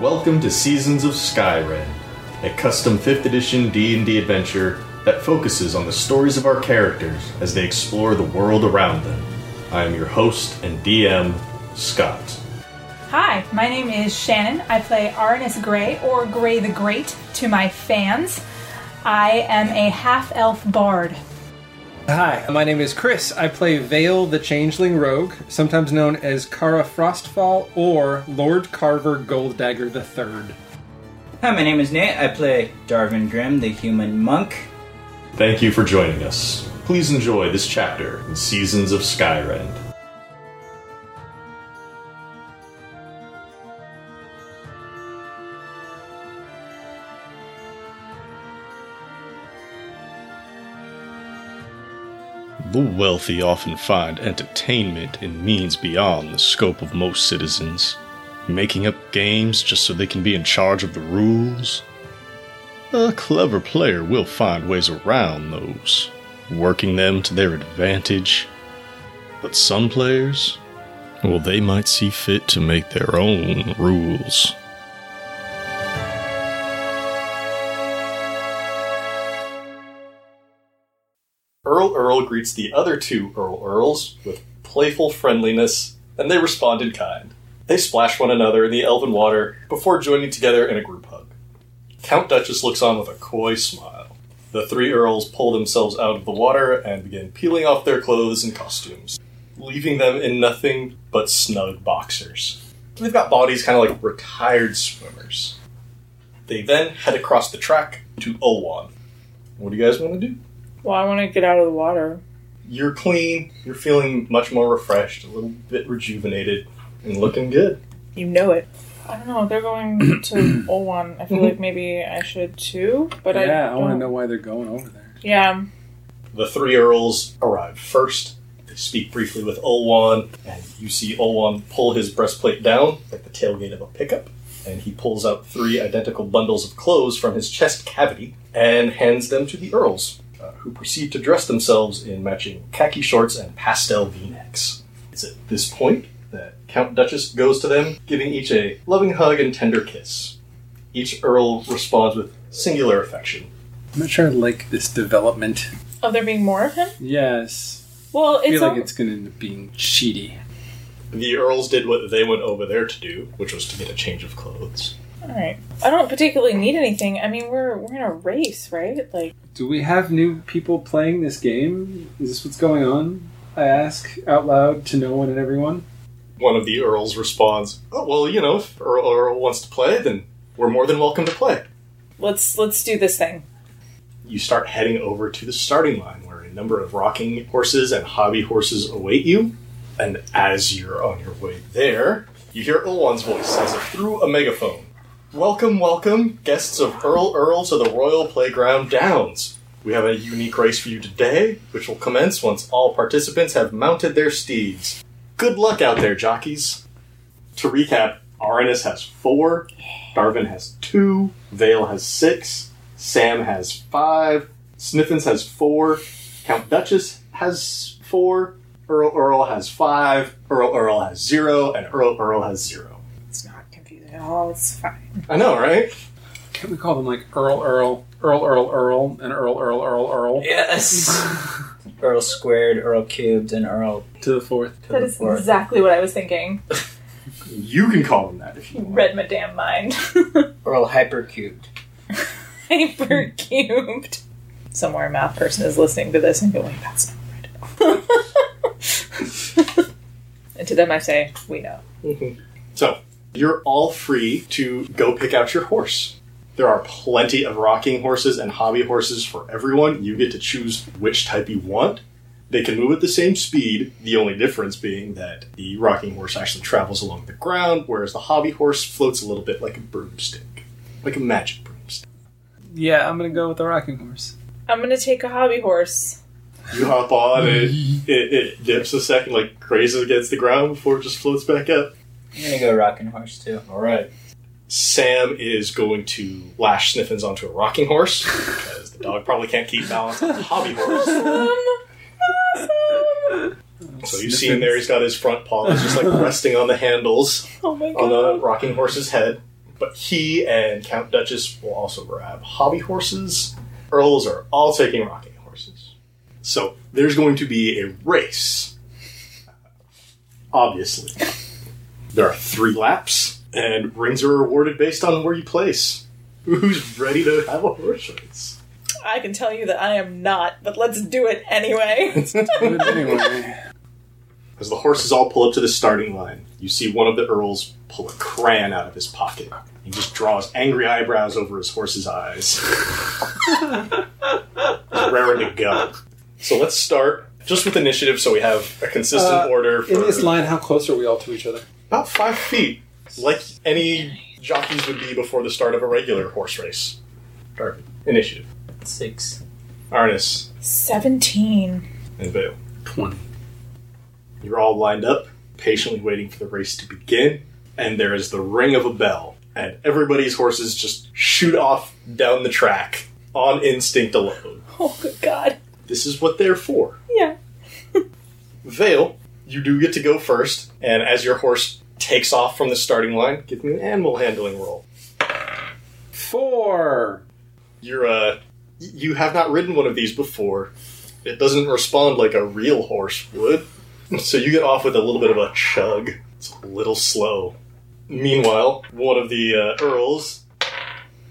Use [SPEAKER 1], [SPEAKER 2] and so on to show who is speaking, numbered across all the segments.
[SPEAKER 1] welcome to Seasons of Skyrim, a custom 5th edition D&D adventure that focuses on the stories of our characters as they explore the world around them. I am your host and DM, Scott.
[SPEAKER 2] Hi, my name is Shannon. I play Arnis Grey, or Grey the Great, to my fans. I am a half elf bard.
[SPEAKER 3] Hi, my name is Chris. I play Vale the Changeling Rogue, sometimes known as Kara Frostfall or Lord Carver Goldagger III.
[SPEAKER 4] Hi, my name is Nate. I play Darvin Grimm, the human monk.
[SPEAKER 1] Thank you for joining us. Please enjoy this chapter in Seasons of Skyrend. The wealthy often find entertainment in means beyond the scope of most citizens, making up games just so they can be in charge of the rules. A clever player will find ways around those, working them to their advantage. But some players, well, they might see fit to make their own rules. Earl Earl greets the other two Earl Earls with playful friendliness, and they respond in kind. They splash one another in the elven water before joining together in a group hug. Count Duchess looks on with a coy smile. The three Earls pull themselves out of the water and begin peeling off their clothes and costumes, leaving them in nothing but snug boxers. They've got bodies kind of like retired swimmers. They then head across the track to Olwan. What do you guys want to do?
[SPEAKER 5] Well, I want to get out of the water.
[SPEAKER 1] you're clean, you're feeling much more refreshed, a little bit rejuvenated, and looking good.
[SPEAKER 5] You know it. I don't know. They're going to Olwan. I feel like maybe I should too, but I
[SPEAKER 3] yeah, I, want to
[SPEAKER 5] don't-
[SPEAKER 3] know why they're going over there.
[SPEAKER 5] Yeah,
[SPEAKER 1] The three Earls arrive first. They speak briefly with Olwan, and you see Olwan pull his breastplate down, like the tailgate of a pickup, and he pulls out three identical bundles of clothes from his chest cavity and hands them to the Earls, uh, who proceed to dress themselves in matching khaki shorts and pastel v necks. It's at this point that Count Duchess goes to them, giving each a loving hug and tender kiss. Each Earl responds with singular affection.
[SPEAKER 3] I'm not sure I like this development.
[SPEAKER 5] of there Oh, being more of him.
[SPEAKER 3] Yes.
[SPEAKER 5] Well,
[SPEAKER 3] I
[SPEAKER 5] it's,
[SPEAKER 3] feel like
[SPEAKER 5] al-
[SPEAKER 3] it's going to end up being cheaty.
[SPEAKER 1] The Earls did what they went over there to do, which was to get a change of clothes.
[SPEAKER 5] all right. I don't particularly need anything. I mean, we're we're in a race, right? Like,
[SPEAKER 3] Do we have new people playing this game? Is this what's going on? I ask out loud to no one and everyone.
[SPEAKER 1] One of the Earls responds, Oh, well, you know, if Earl, Earl wants to play, then we're more than welcome to play.
[SPEAKER 5] let's let's do this thing.
[SPEAKER 1] You start heading over to the starting line where a number of rocking horses and hobby horses await you. And as you're on your way there, you hear Ilwan's voice as if through a megaphone. Welcome, welcome, guests of Earl Earl to the Royal Playground Downs. We have a unique race for you today, which will commence once all participants have mounted their steeds. Good luck out there, jockeys. To recap, Aranus has four, Darvin has two, Vale has six, Sam has five, Sniffins has four, Count Duchess has four, Earl Earl has five, Earl Earl has zero, and Earl Earl has zero.
[SPEAKER 5] It's not confusing at all. It's fine.
[SPEAKER 1] I know, right?
[SPEAKER 3] Can't we call them like Earl Earl, Earl Earl Earl, and Earl Earl Earl Earl?
[SPEAKER 4] Yes! Earl squared, Earl cubed, and Earl
[SPEAKER 3] To the fourth.
[SPEAKER 4] to
[SPEAKER 5] That
[SPEAKER 4] the
[SPEAKER 5] is
[SPEAKER 4] fourth.
[SPEAKER 5] exactly what I was thinking.
[SPEAKER 1] You can call them that if you
[SPEAKER 5] You
[SPEAKER 1] want.
[SPEAKER 5] read my damn mind.
[SPEAKER 4] Earl hypercubed.
[SPEAKER 5] Hyper cubed. Somewhere, a math person is listening to this and going, "That's not right." and to them, I say, "We know."
[SPEAKER 1] So, you're all free to go pick out your horse. There are plenty of rocking horses and hobby horses for everyone. You get to choose which type you want. They can move at the same speed, the only difference being that the rocking horse actually travels along the ground, whereas the hobby horse floats a little bit like a broomstick, like a magic broomstick.
[SPEAKER 3] Yeah, I'm gonna go with the rocking horse.
[SPEAKER 5] I'm gonna take a hobby horse.
[SPEAKER 1] You hop on, it, it, it dips a second, like grazes against the ground before it just floats back up.
[SPEAKER 4] I'm gonna go rocking horse too.
[SPEAKER 1] All right. Sam is going to lash Sniffins onto a rocking horse because the dog probably can't keep balance on a hobby horse. So you see him there. He's got his front paws just like resting on the handles
[SPEAKER 5] Oh my
[SPEAKER 1] on the
[SPEAKER 5] god.
[SPEAKER 1] rocking horse's head. But he and Count Duchess will also grab hobby horses. Earls are all taking rocking horses. So there's going to be a race. Obviously. There are three laps, and rings are awarded based on where you place. Who's ready to have a horse race?
[SPEAKER 5] I can tell you that I am not, but let's do it anyway.
[SPEAKER 3] But anyway,
[SPEAKER 1] As the horses all pull up to the starting line, you see one of the earls pull a crayon out of his pocket. He just draws angry eyebrows over his horse's eyes. He's raring to go. So let's start just with initiative so we have a consistent
[SPEAKER 3] Uh,
[SPEAKER 1] order for
[SPEAKER 3] in this line, how close are we all to each other?
[SPEAKER 1] about five feet, like any jockeys would be before the start of a regular horse race. Darvin, initiative.
[SPEAKER 4] Six.
[SPEAKER 1] Arnis,
[SPEAKER 5] 17.
[SPEAKER 1] and Vale.
[SPEAKER 3] Twenty.
[SPEAKER 1] You're all lined up, patiently waiting for the race to begin, and there is the ring of a bell, and everybody's horses just shoot off down the track on instinct alone.
[SPEAKER 5] Oh, good God.
[SPEAKER 1] This is what they're for.
[SPEAKER 5] Yeah.
[SPEAKER 1] Vale, you do get to go first, and as your horse takes off from the starting line, give me an animal handling roll.
[SPEAKER 3] Four.
[SPEAKER 1] You're uh y- you have not ridden one of these before. It doesn't respond like a real horse would. So you get off with a little bit of a chug. It's a little slow. Meanwhile, one of the uh, earls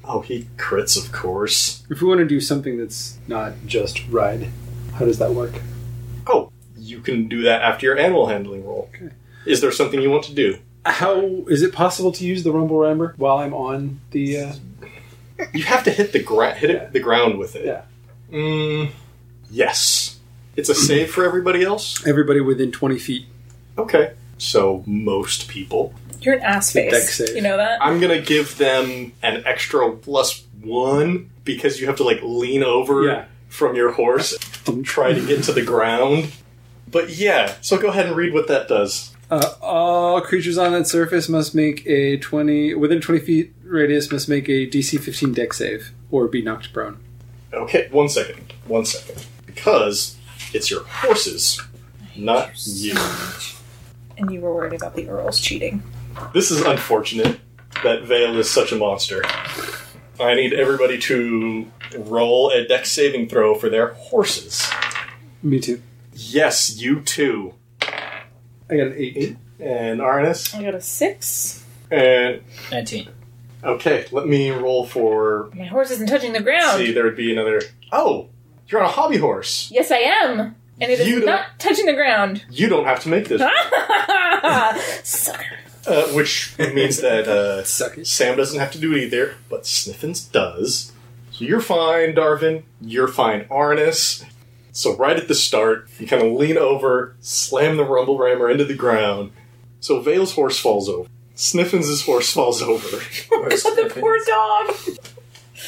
[SPEAKER 1] Oh, he crits, of course.
[SPEAKER 3] If we want to do something that's not just ride, how does that work?
[SPEAKER 1] Oh, you can do that after your animal handling roll. Is there something you want to do?
[SPEAKER 3] How is it possible to use the rumble rammer while I'm on the? Uh,
[SPEAKER 1] You have to hit the gra- hit it,
[SPEAKER 3] Yeah.
[SPEAKER 1] the ground with it.
[SPEAKER 3] Yeah.
[SPEAKER 1] Mm, yes. It's a save for everybody else.
[SPEAKER 3] everybody within twenty feet.
[SPEAKER 1] Okay. So most people
[SPEAKER 5] You're an ass
[SPEAKER 3] It's a deck
[SPEAKER 5] face.
[SPEAKER 3] save.
[SPEAKER 5] You know that?
[SPEAKER 1] I'm gonna give them an extra plus one because you have to like lean over
[SPEAKER 3] Yeah.
[SPEAKER 1] from your horse and try to get to the ground. But yeah, so go ahead and read what that does.
[SPEAKER 3] Uh, all creatures on that surface must make a twenty within twenty feet radius must make a DC fifteen deck save or be knocked prone.
[SPEAKER 1] Okay, one second, one second, because it's your horses, not you.
[SPEAKER 5] And you were worried about the Earls cheating.
[SPEAKER 1] This is unfortunate that Vale is such a monster. I need everybody to roll a deck saving throw for their horses.
[SPEAKER 3] Me too.
[SPEAKER 1] Yes, you too.
[SPEAKER 3] I got an eight.
[SPEAKER 1] And Arnis.
[SPEAKER 5] I got a 6.
[SPEAKER 1] And
[SPEAKER 4] Nineteen.
[SPEAKER 1] Okay, let me roll for.
[SPEAKER 5] My horse isn't touching the ground.
[SPEAKER 1] See, there would be another. Oh, you're on a hobby horse.
[SPEAKER 5] Yes, I am. And it is
[SPEAKER 1] You don't-
[SPEAKER 5] not touching the ground.
[SPEAKER 1] You don't have to make this,
[SPEAKER 5] Sucker.
[SPEAKER 1] uh, which means that uh,
[SPEAKER 3] Suck it.
[SPEAKER 1] Sam doesn't have to do it either, but Sniffins does. So you're fine, Darvin. You're fine, Arnis. So right at the start, you kind of lean over, slam the rumble rammer into the ground. So Vale's horse falls over. Sniffins' horse falls over.
[SPEAKER 5] the poor dog.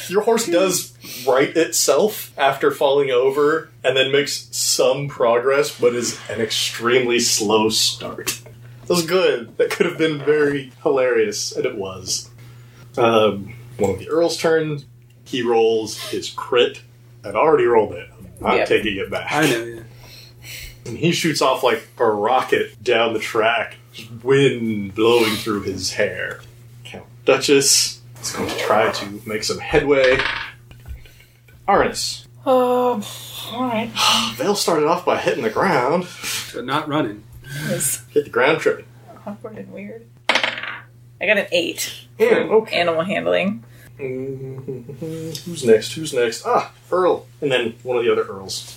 [SPEAKER 1] Your horse does right itself after falling over and then makes some progress, but is an extremely slow start. That was good. That could have been very hilarious, and it was. Um, one of the Earl's turns, he rolls his crit. I'd already rolled it. I'm
[SPEAKER 5] Yep.
[SPEAKER 1] taking it back.
[SPEAKER 3] I know. Yeah.
[SPEAKER 1] And he shoots off like a rocket down the track, just wind blowing through his hair. Count Duchess is going to try to make some headway. Arnis.
[SPEAKER 5] Oh, alright.
[SPEAKER 1] Vale started off by hitting the ground.
[SPEAKER 3] So not running.
[SPEAKER 1] Hit the ground trip.
[SPEAKER 5] awkward and weird. I got an 8.
[SPEAKER 1] Damn, Oh, okay.
[SPEAKER 5] Animal handling.
[SPEAKER 1] Who's next? Who's next? Ah, Earl. And then one of the other Earls.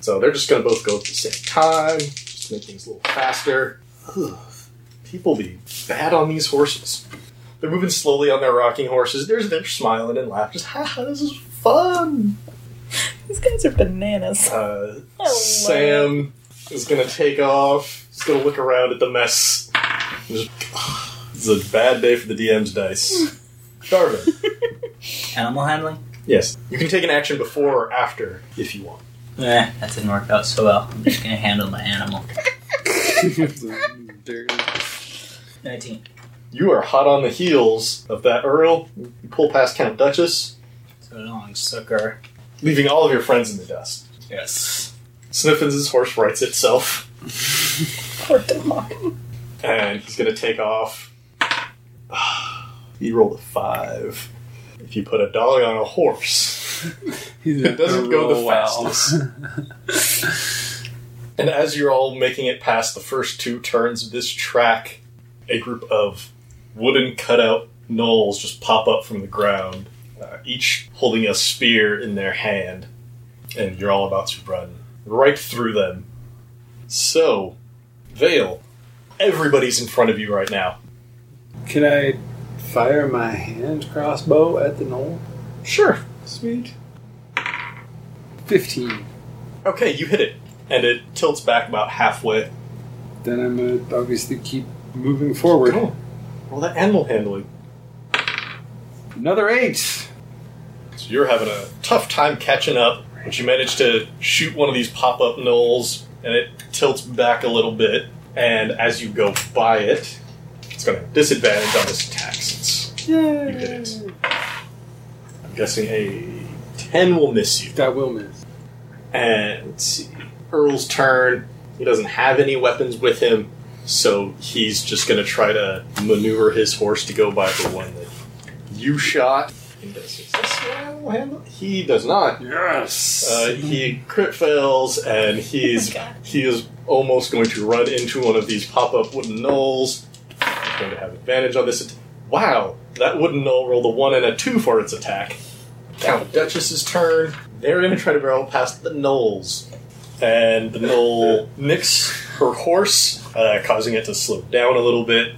[SPEAKER 1] So they're just going to both go at the same time. Just make things a little faster. Ugh. People be bad on these horses. They're moving slowly on their rocking horses. There's they're smiling and laughing. Just, ha, this is fun.
[SPEAKER 5] These guys are bananas.
[SPEAKER 1] Uh,
[SPEAKER 5] Hello.
[SPEAKER 1] Sam is going to take off. He's going to look around at the mess. Just, it's a bad day for the DM's dice. Darvin.
[SPEAKER 4] Animal handling.
[SPEAKER 1] Yes. You can take an action before or after if you want.
[SPEAKER 4] Eh, that didn't work out so well. I'm just gonna handle my animal.
[SPEAKER 3] Dirty.
[SPEAKER 4] Nineteen.
[SPEAKER 1] You are hot on the heels of that Earl. You pull past Count Duchess,
[SPEAKER 4] So long, sucker.
[SPEAKER 1] leaving all of your friends in the dust.
[SPEAKER 4] Yes.
[SPEAKER 1] Sniffins' horse rights itself,
[SPEAKER 5] Poor dog. Oh
[SPEAKER 1] and he's going to take off. He rolled a five. If you put a dog on a horse, it doesn't go the fastest. and as you're all making it past the first two turns of this track, a group of wooden cutout gnolls just pop up from the ground, uh, each holding a spear in their hand, and you're all about to run right through them. So, Vale, everybody's in front of you right now.
[SPEAKER 6] Can I fire my hand crossbow at the knoll?
[SPEAKER 1] Sure, sweet.
[SPEAKER 6] 15.
[SPEAKER 1] Okay, you hit it, and it tilts back about halfway.
[SPEAKER 6] Then I'm going to obviously keep moving forward.
[SPEAKER 1] Cool. Roll Oh. that animal handling.
[SPEAKER 6] Another 8.
[SPEAKER 1] So you're having a tough time catching up, but you manage to shoot one of these pop up knolls, and it tilts back a little bit. And as you go by it, it's going to have disadvantage on this attack since you hit it. I'm guessing a 10 will miss you.
[SPEAKER 6] That will miss.
[SPEAKER 1] And let's see. Earl's turn. He doesn't have any weapons with him, so he's just going to try to maneuver his horse to go by the one that you shot. And does he successfully handle- He does not.
[SPEAKER 6] Yes!
[SPEAKER 1] Uh, he crit fails, and he's
[SPEAKER 5] Oh
[SPEAKER 1] he is almost going to run into one of these pop up wooden knolls. He's going to have advantage on this. At- wow, that wooden knoll rolled a one and a two for its attack. Count Duchess's turn. They're going to try to barrel past the knolls, and the knoll nicks her horse, uh, causing it to slow down a little bit.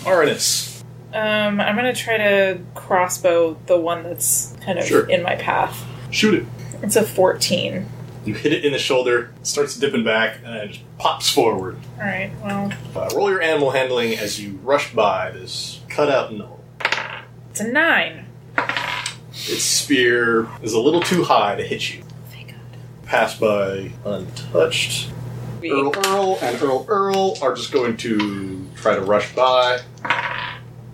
[SPEAKER 1] Arnis,
[SPEAKER 5] Um, I'm gonna try to crossbow the one that's kind of
[SPEAKER 1] Sure.
[SPEAKER 5] in my path.
[SPEAKER 1] shoot it.
[SPEAKER 5] It's a 14.
[SPEAKER 1] You hit it in the shoulder, starts dipping back, and just pops forward.
[SPEAKER 5] All right. Well,
[SPEAKER 1] Uh, roll your animal handling as you rush by this cutout knoll.
[SPEAKER 5] it's a nine.
[SPEAKER 1] Its spear is a little too high to hit you.
[SPEAKER 5] Thank God.
[SPEAKER 1] Pass by untouched.
[SPEAKER 5] We-
[SPEAKER 1] Earl Earl and Earl Earl are just going to try to rush by.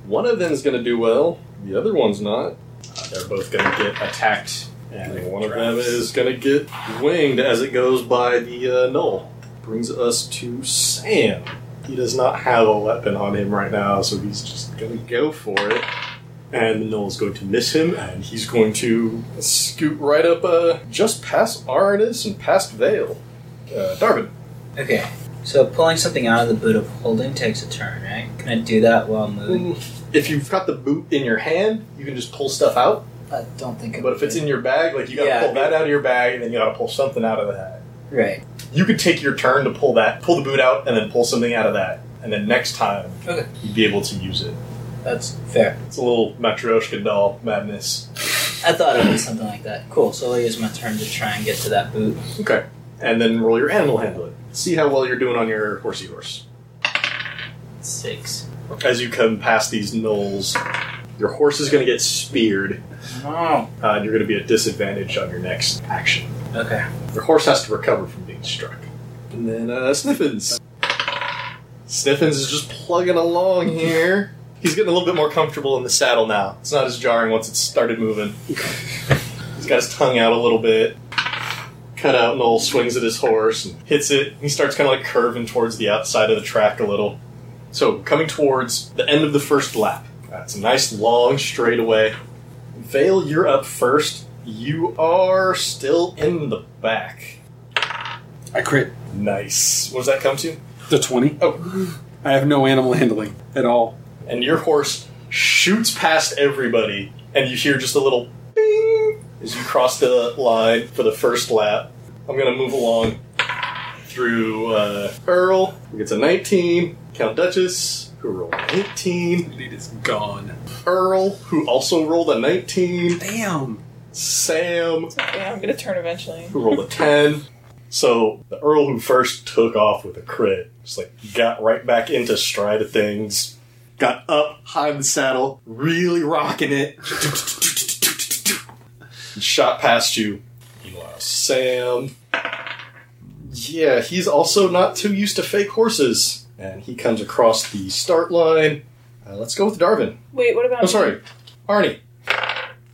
[SPEAKER 1] One of them is going to do well, the other one's not. Uh, they're both going to get attacked, and one of them is going to get winged as it goes by the uh, knoll. Brings us to Sam. He does not have a weapon on him right now, so he's just going to go for it. And the knoll's going to miss him, and he's going to scoot right up, uh, just past Arnis and past Vale. Uh, Darvin.
[SPEAKER 4] Okay. So pulling something out of the boot of holding takes a turn, right? Can I do that while moving?
[SPEAKER 1] If you've got the boot in your hand, you can just pull stuff out.
[SPEAKER 4] I don't think. I
[SPEAKER 1] Mm-hmm. But if
[SPEAKER 4] would.
[SPEAKER 1] it's in your bag, like you gotta
[SPEAKER 4] Yeah.
[SPEAKER 1] pull that out of your bag, and then you gotta pull something out of that.
[SPEAKER 4] right.
[SPEAKER 1] You could take your turn to pull that, pull the boot out, and then pull something out of that, and then next time
[SPEAKER 4] Okay.
[SPEAKER 1] you'd be able to use it.
[SPEAKER 4] That's fair.
[SPEAKER 1] It's a little Matryoshka doll madness.
[SPEAKER 4] I thought it was something like that. Cool. So I'll use my turn to try and get to that boot.
[SPEAKER 1] Okay, and then roll your animal handling. See how well you're doing on your horsey horse.
[SPEAKER 4] Six.
[SPEAKER 1] As you come past these knolls, your horse is gonna get speared,
[SPEAKER 4] Oh.
[SPEAKER 1] uh, and you're gonna be at disadvantage on your next action.
[SPEAKER 4] Okay.
[SPEAKER 1] Your horse has to recover from being struck. And then uh, Sniffins. Sniffins is just plugging along here. He's getting a little bit more comfortable in the saddle now. It's not as jarring once it's started moving. He's got his tongue out a little bit. Cut out Noel swings at his horse and hits it. He starts kind of like curving towards the outside of the track a little. So coming towards the end of the first lap. That's a nice long straightaway. Vale, you're up first. You are still in the back.
[SPEAKER 6] I crit
[SPEAKER 1] Nice. What does that come to?
[SPEAKER 6] the 20.
[SPEAKER 1] Oh,
[SPEAKER 6] I have no animal handling at all.
[SPEAKER 1] and your horse shoots past everybody, and you hear just a little bing as you cross the line for the first lap. I'm gonna move along through uh, Earl, who gets a 19, Count Duchess, who rolled an 18,
[SPEAKER 6] Lead is gone.
[SPEAKER 1] Earl, who also rolled a 19,
[SPEAKER 6] Damn!
[SPEAKER 1] Sam,
[SPEAKER 5] Yeah, I'm gonna turn eventually.
[SPEAKER 1] who rolled a 10. So the Earl who first took off with a crit, just like got right back into stride of things, got up high in the saddle, really rocking it, and shot past you. Meanwhile, Sam. Yeah, he's also not too used to fake horses. And he comes across the start line. Uh, let's go with Darvin.
[SPEAKER 5] Wait, what about?
[SPEAKER 1] I'm Oh, sorry, Arnie.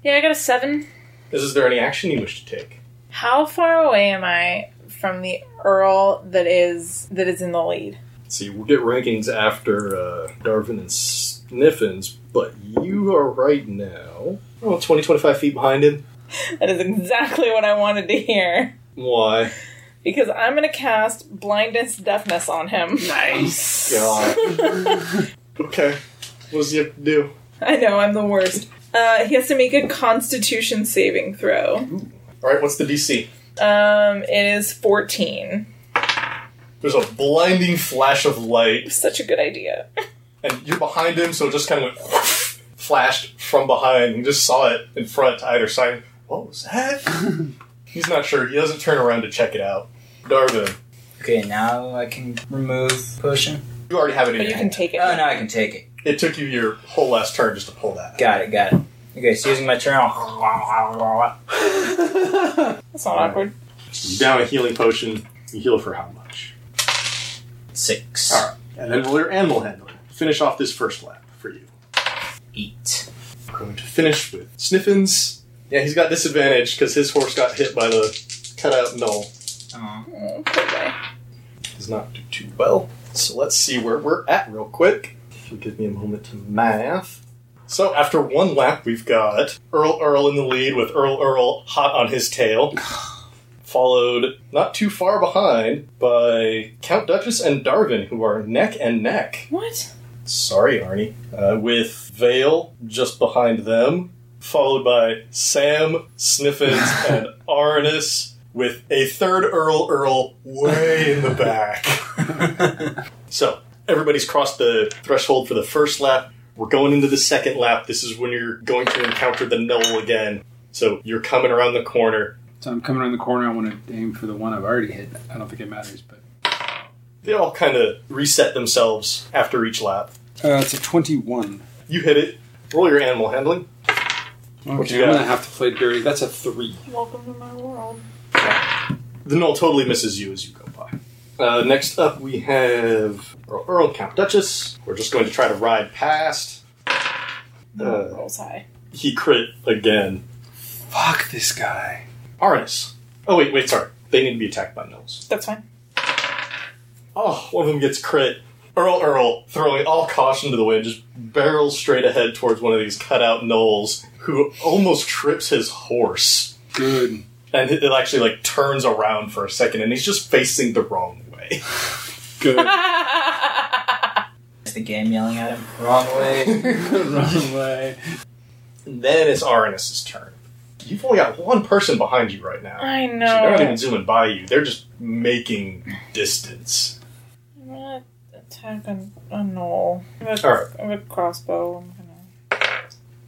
[SPEAKER 5] Yeah, I got a seven.
[SPEAKER 1] Is, is there any action you wish to take?
[SPEAKER 5] How far away am I from the Earl that is that is in the lead?
[SPEAKER 1] See, we'll get rankings after uh, Darvin and S- Niffin's, but you are right now oh, 20, 25 feet behind him.
[SPEAKER 5] That is exactly what I wanted to hear.
[SPEAKER 1] Why?
[SPEAKER 5] Because I'm going to cast blindness, deafness on him.
[SPEAKER 3] Nice.
[SPEAKER 1] God. okay. What does he have to do?
[SPEAKER 5] I know, I'm the worst. Uh, he has to make a constitution saving throw.
[SPEAKER 1] All right, what's the DC?
[SPEAKER 5] Um, it is 14.
[SPEAKER 1] There's a blinding flash of light,
[SPEAKER 5] Such a good idea.
[SPEAKER 1] and you're behind him, so it just kind of went flashed from behind. You just saw it in front to either side. What was that? He's not sure. He doesn't turn around to check it out. Darvin,
[SPEAKER 4] Okay, now I can remove potion.
[SPEAKER 1] you already have it in
[SPEAKER 5] But
[SPEAKER 1] your
[SPEAKER 5] you can
[SPEAKER 1] hand.
[SPEAKER 5] take it.
[SPEAKER 4] Oh, now I can take it.
[SPEAKER 1] It took you your whole last turn just to pull that.
[SPEAKER 4] Got it, got it. Okay, so using my turn, I'll...
[SPEAKER 5] That's not awkward.
[SPEAKER 1] You down a healing potion. You heal for how much?
[SPEAKER 4] Six.
[SPEAKER 1] All right. And then roll your animal handling. Finish off this first lap for you.
[SPEAKER 4] Eight.
[SPEAKER 1] We're going to finish with Sniffins. Yeah, he's got disadvantage because his horse got hit by the cutout null.
[SPEAKER 4] Aw.
[SPEAKER 5] Oh, poor guy.
[SPEAKER 1] Does not do too well. So let's see where we're at real quick. If you give me a moment to math. So after one lap, we've got Earl Earl in the lead with Earl Earl hot on his tail. Followed not too far behind by Count Duchess and Darvin, who are neck and neck.
[SPEAKER 5] What?
[SPEAKER 1] Sorry, Arnie. Uh, with Vale just behind them, followed by Sam, Sniffins, and Arnis, with a third Earl Earl way in the back. so, everybody's crossed the threshold for the first lap. We're going into the second lap. This is when you're going to encounter the Knoll again. So, you're coming around the corner.
[SPEAKER 6] So I'm coming around the corner. I want to aim for the one I've already hit. I don't think it matters, but
[SPEAKER 1] They all kind of reset themselves after each lap.
[SPEAKER 6] uh, it's a 21.
[SPEAKER 1] You hit it. Roll your animal handling.
[SPEAKER 6] Okay,
[SPEAKER 1] you
[SPEAKER 6] I'm
[SPEAKER 1] got?
[SPEAKER 6] gonna have to play dirty. That's a three.
[SPEAKER 5] Welcome to my world.
[SPEAKER 1] The knoll totally misses you as you go by. Uh, next up, we have Earl, Earl Count Duchess. We're just going to try to ride past.
[SPEAKER 5] Oh,
[SPEAKER 1] Uh,
[SPEAKER 5] rolls high.
[SPEAKER 1] he crit again.
[SPEAKER 6] Fuck this guy.
[SPEAKER 1] Arnis. Oh, wait, wait, sorry. They need to be attacked by knolls.
[SPEAKER 5] That's fine.
[SPEAKER 1] Oh, one of them gets crit. Earl Earl, throwing all caution to the wind, just barrels straight ahead towards one of these cutout knolls who almost trips his horse.
[SPEAKER 6] Good.
[SPEAKER 1] And it it actually, like, turns around for a second, and he's just facing the wrong way.
[SPEAKER 6] Good.
[SPEAKER 4] Is the game yelling at him? Wrong way.
[SPEAKER 6] Wrong way.
[SPEAKER 1] And then it's Arnis's turn. You've only got one person behind you right now.
[SPEAKER 5] I
[SPEAKER 1] So they're not even
[SPEAKER 5] know.
[SPEAKER 1] zooming by you. They're just making distance.
[SPEAKER 5] I'm gonna attack a, a knoll. I have a,
[SPEAKER 1] Alright.
[SPEAKER 5] I have a crossbow. I'm gonna...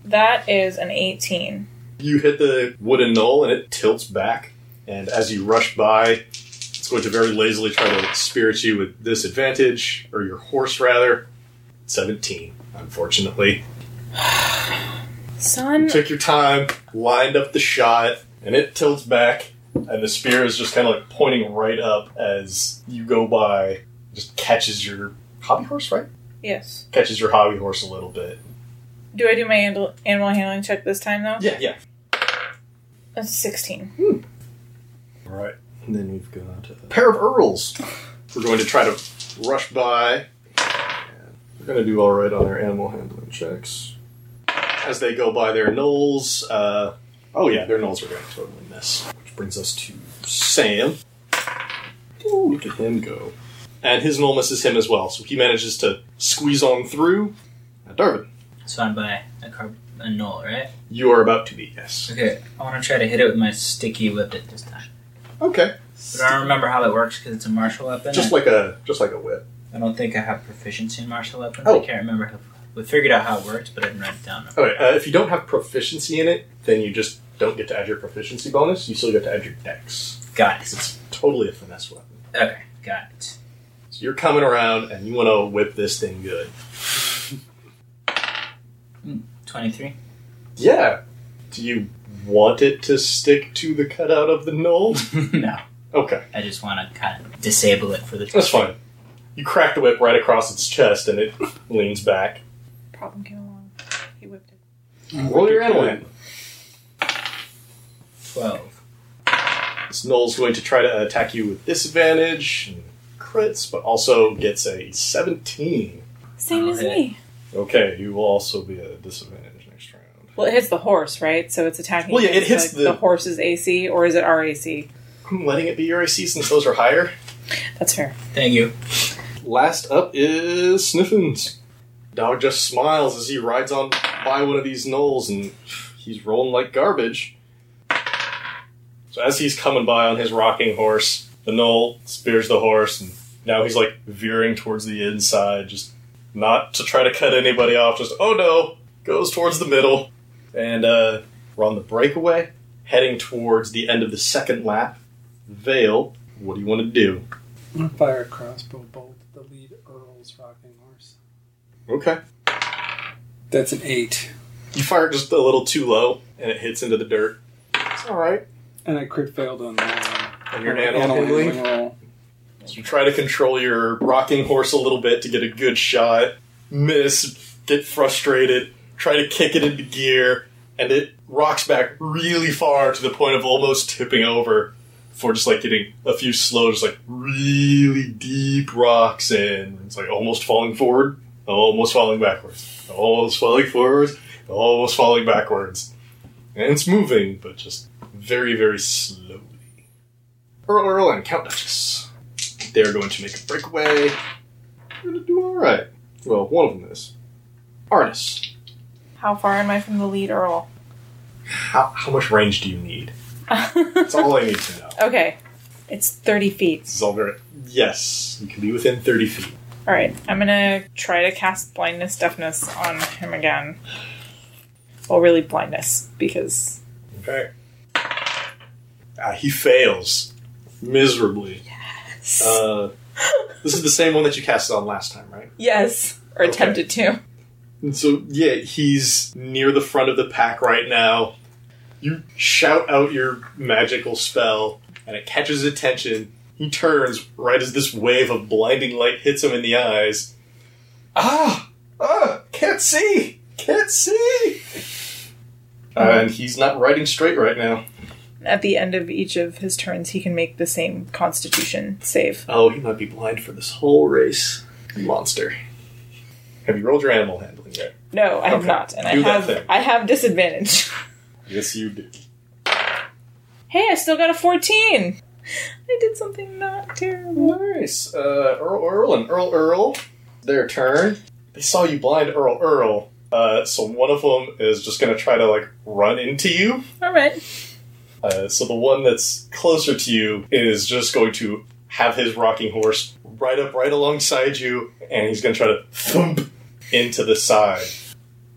[SPEAKER 5] That is an 18.
[SPEAKER 1] You hit the wooden knoll and it tilts back. And as you rush by, it's going to very lazily try to spear at you with disadvantage, or your horse rather. 17, unfortunately. You
[SPEAKER 5] Son,
[SPEAKER 1] took your time, lined up the shot, and it tilts back. And the spear is just kind of like pointing right up as you go by. Just catches your hobby horse, right?
[SPEAKER 5] yes.
[SPEAKER 1] Catches your hobby horse a little bit.
[SPEAKER 5] Do I do my animal, animal handling check this time though?
[SPEAKER 1] Yeah, yeah.
[SPEAKER 5] That's a 16.
[SPEAKER 1] All right. And then we've got a pair of Earls. We're going to try to rush by. We're going to do all right on their animal handling checks. As they go by their knolls, uh, oh yeah, their knolls are going to totally miss. Which brings us to Sam. Ooh, look at him go. And his knoll misses him as well, so he manages to squeeze on through. Now, Darvin,
[SPEAKER 4] so I'm by a, carb- a null, right?
[SPEAKER 1] you are about to be, yes.
[SPEAKER 4] Okay, I want to try to hit it with my sticky whip at this time.
[SPEAKER 1] Okay.
[SPEAKER 4] But I don't remember how that works because it's a martial weapon.
[SPEAKER 1] Just
[SPEAKER 4] I,
[SPEAKER 1] like a just like a whip.
[SPEAKER 4] I don't think I have proficiency in martial weapons.
[SPEAKER 1] Oh.
[SPEAKER 4] I can't remember. How, we figured out how it worked, but I didn't write it down.
[SPEAKER 1] Okay, uh, if you don't have proficiency in it, then you just don't get to add your proficiency bonus. You still get to add your dex.
[SPEAKER 4] Got it.
[SPEAKER 1] 'Cause it's totally a finesse weapon.
[SPEAKER 4] Okay, got it.
[SPEAKER 1] So you're coming around and you want to whip this thing good.
[SPEAKER 4] 23.
[SPEAKER 1] Yeah. Do you want it to stick to the cutout of the knoll?
[SPEAKER 4] no.
[SPEAKER 1] Okay,
[SPEAKER 4] I just want to kind of disable it for the
[SPEAKER 1] that's fine. You crack the whip right across its chest and it leans back.
[SPEAKER 5] Problem came along. He whipped it.
[SPEAKER 1] Roll your animal handling.
[SPEAKER 4] 12.
[SPEAKER 1] This knoll's going to try to attack you with disadvantage and crits, but also gets a 17.
[SPEAKER 5] Same
[SPEAKER 4] Oh,
[SPEAKER 5] as
[SPEAKER 4] hey.
[SPEAKER 5] me.
[SPEAKER 1] Okay, you will also be at a disadvantage next round.
[SPEAKER 5] Well, it hits the horse, right? So it's attacking.
[SPEAKER 1] Well, yeah, it
[SPEAKER 5] against,
[SPEAKER 1] hits
[SPEAKER 5] like,
[SPEAKER 1] the-
[SPEAKER 5] horse's AC, or is it our AC?
[SPEAKER 1] I'm letting it be your AC since those are higher.
[SPEAKER 5] That's fair.
[SPEAKER 4] Thank you.
[SPEAKER 1] Last up is Sniffins. Dog just smiles as he rides on by one of these knolls and he's rolling like garbage. So as he's coming by on his rocking horse, the knoll spears the horse and now he's like veering towards the inside, just not to try to cut anybody off, just oh no, goes towards the middle. And uh, we're on the breakaway, heading towards the end of the second lap. Vale, what do you want to do?
[SPEAKER 6] I'm gonna fire a crossbow bolt at the lead Earl's rocking horse.
[SPEAKER 1] Okay.
[SPEAKER 6] That's an eight,
[SPEAKER 1] You fire just a little too low, and it hits into the dirt. It's all right.
[SPEAKER 6] and I crit failed on that.
[SPEAKER 1] And your animal handling.
[SPEAKER 6] roll.
[SPEAKER 1] So you try to control your rocking horse a little bit to get a good shot. Miss, get frustrated, try to kick it into gear, and it rocks back really far to the point of almost tipping over for just like getting a few slow, just like really deep rocks in. It's like almost falling forward, almost falling backwards, almost falling forwards, almost falling backwards. And it's moving, but just very, very slowly. Earl, Earl, and Count Duchess they're going to make a breakaway. They're going to do all right. Well, one of them is. Arnis,
[SPEAKER 5] How far am I from the lead Earl?
[SPEAKER 1] how, how much range do you need? That's all I need to know.
[SPEAKER 5] okay, it's thirty feet.
[SPEAKER 1] This is all very. Yes, you can be within 30 feet.
[SPEAKER 5] All right, I'm gonna try to cast blindness, deafness on him again. Well, really blindness because
[SPEAKER 1] Okay. Ah, he fails miserably. Uh, this is the same one that you casted on last time, right?
[SPEAKER 5] yes, or
[SPEAKER 1] Okay.
[SPEAKER 5] attempted to.
[SPEAKER 1] And so, yeah, he's near the front of the pack right now. You shout out your magical spell, and it catches his attention. He turns right as this wave of blinding light hits him in the eyes. Ah! Ah! Can't see! Can't see! and he's not riding straight right now.
[SPEAKER 5] At the end of each of his turns, he can make the same Constitution save.
[SPEAKER 1] Oh, he might be blind for this whole race. Monster. Have you rolled your animal handling yet?
[SPEAKER 5] No, I have
[SPEAKER 1] Okay.
[SPEAKER 5] not, and I
[SPEAKER 1] Do that
[SPEAKER 5] have
[SPEAKER 1] thing.
[SPEAKER 5] I have disadvantage.
[SPEAKER 1] Yes, you did.
[SPEAKER 5] hey, I still got a fourteen. I did something not terrible.
[SPEAKER 1] Nice. Uh, Earl Earl and Earl Earl, their turn. They saw you blind Earl Earl. Uh, so one of them is just going to try to like run into you.
[SPEAKER 5] All right,
[SPEAKER 1] Uh, so the one that's closer to you is just going to have his rocking horse right up right alongside you, and he's going to try to thump into the side.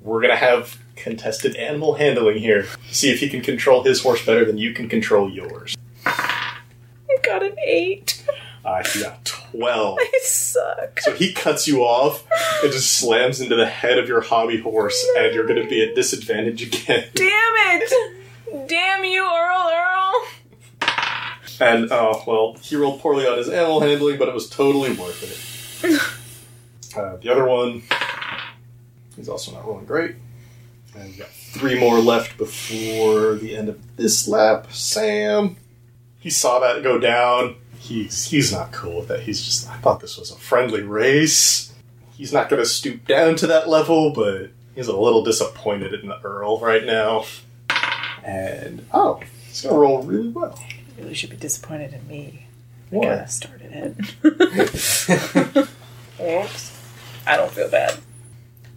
[SPEAKER 1] We're going to have contested animal handling here. See if he can control his horse better than you can control yours.
[SPEAKER 5] I got an eight.
[SPEAKER 1] I got 12.
[SPEAKER 5] I suck.
[SPEAKER 1] So he cuts you off and just slams into the head of your hobby horse, and you're going to be at disadvantage again.
[SPEAKER 5] Damn it! Damn you, Earl Earl.
[SPEAKER 1] And oh well, he rolled poorly on his animal handling, but it was totally worth it. Uh, the other one, he's also not rolling great. And we got three more left before the end of this lap. Sam, he saw that go down. He's he's not cool with that. He's just I thought this was a friendly race. He's not going to stoop down to that level, but he's a little disappointed in the Earl right now. And oh, he's going to roll really well.
[SPEAKER 5] Really should be disappointed in me.
[SPEAKER 1] Why?
[SPEAKER 5] I kinda started it. Oops. I don't feel bad.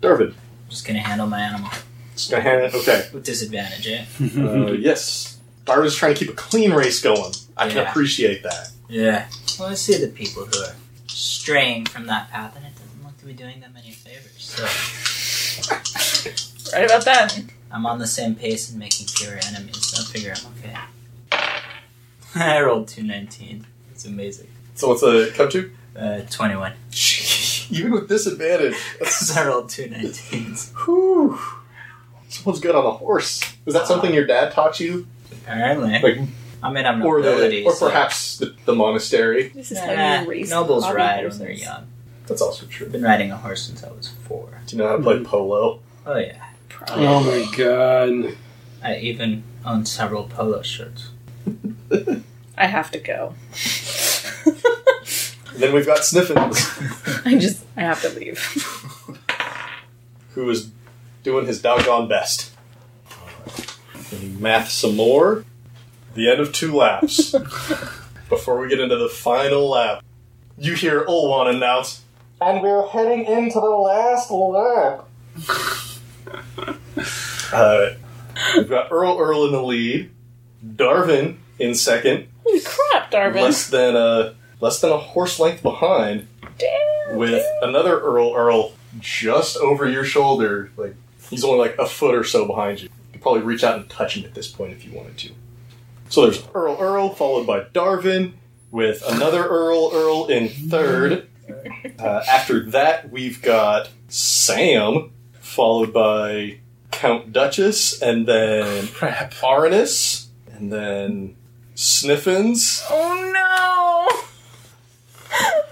[SPEAKER 1] Darvin.
[SPEAKER 4] just gonna handle my animal
[SPEAKER 1] Just gonna hand it. Okay.
[SPEAKER 4] with disadvantage. Eh?
[SPEAKER 1] Uh, yes. Darvin's trying to keep a clean race going. I can
[SPEAKER 4] Yeah.
[SPEAKER 1] appreciate that.
[SPEAKER 4] Yeah. Well, I see the people who are straying from that path, and it doesn't look to be doing them any favors. So
[SPEAKER 5] Right about that.
[SPEAKER 4] I'm on the same pace and making fewer enemies. So I figure I'm okay. I rolled two nineteen. It's amazing.
[SPEAKER 1] So what's a come to?
[SPEAKER 4] Uh, twenty one.
[SPEAKER 1] Even with disadvantage.
[SPEAKER 4] Because I rolled two nineteens.
[SPEAKER 1] Whew. Someone's good on a horse. Is that something your dad taught you?
[SPEAKER 4] Apparently,
[SPEAKER 1] Like,
[SPEAKER 4] I mean, I'm
[SPEAKER 1] or
[SPEAKER 4] nobility,
[SPEAKER 1] the, or
[SPEAKER 4] so-
[SPEAKER 1] perhaps the, the monastery?
[SPEAKER 2] This is how
[SPEAKER 4] Nah,
[SPEAKER 2] you race.
[SPEAKER 4] nobles
[SPEAKER 2] hobby
[SPEAKER 4] ride when
[SPEAKER 2] horses.
[SPEAKER 4] they're young.
[SPEAKER 1] That's also
[SPEAKER 4] I've
[SPEAKER 1] true.
[SPEAKER 4] been riding a horse since I was four.
[SPEAKER 1] Do you know how to play polo?
[SPEAKER 4] Oh yeah,
[SPEAKER 6] Oh my god!
[SPEAKER 4] I even own several polo shirts.
[SPEAKER 5] I have to go.
[SPEAKER 1] Then we've got sniffins.
[SPEAKER 5] I just I have to leave.
[SPEAKER 1] who is doing his doggone best. Alright. Let me Math some more. The end of two laps. Before we get into the final lap, you hear Olwan announce, and we're heading into the last lap. uh, we've got Earl Earl in the lead, Darvin in second,
[SPEAKER 5] Holy crap, Darvin.
[SPEAKER 1] less than a less than a horse length behind,
[SPEAKER 5] Damn.
[SPEAKER 1] with another Earl Earl just over your shoulder. Like he's only like a foot or so behind you. You could probably reach out and touch him at this point if you wanted to. So there's Earl Earl followed by Darvin with another Earl Earl in third. Uh, after that, we've got Sam followed by Count Duchess and then
[SPEAKER 3] Crap.
[SPEAKER 1] Aranus and then Sniffins.
[SPEAKER 5] Oh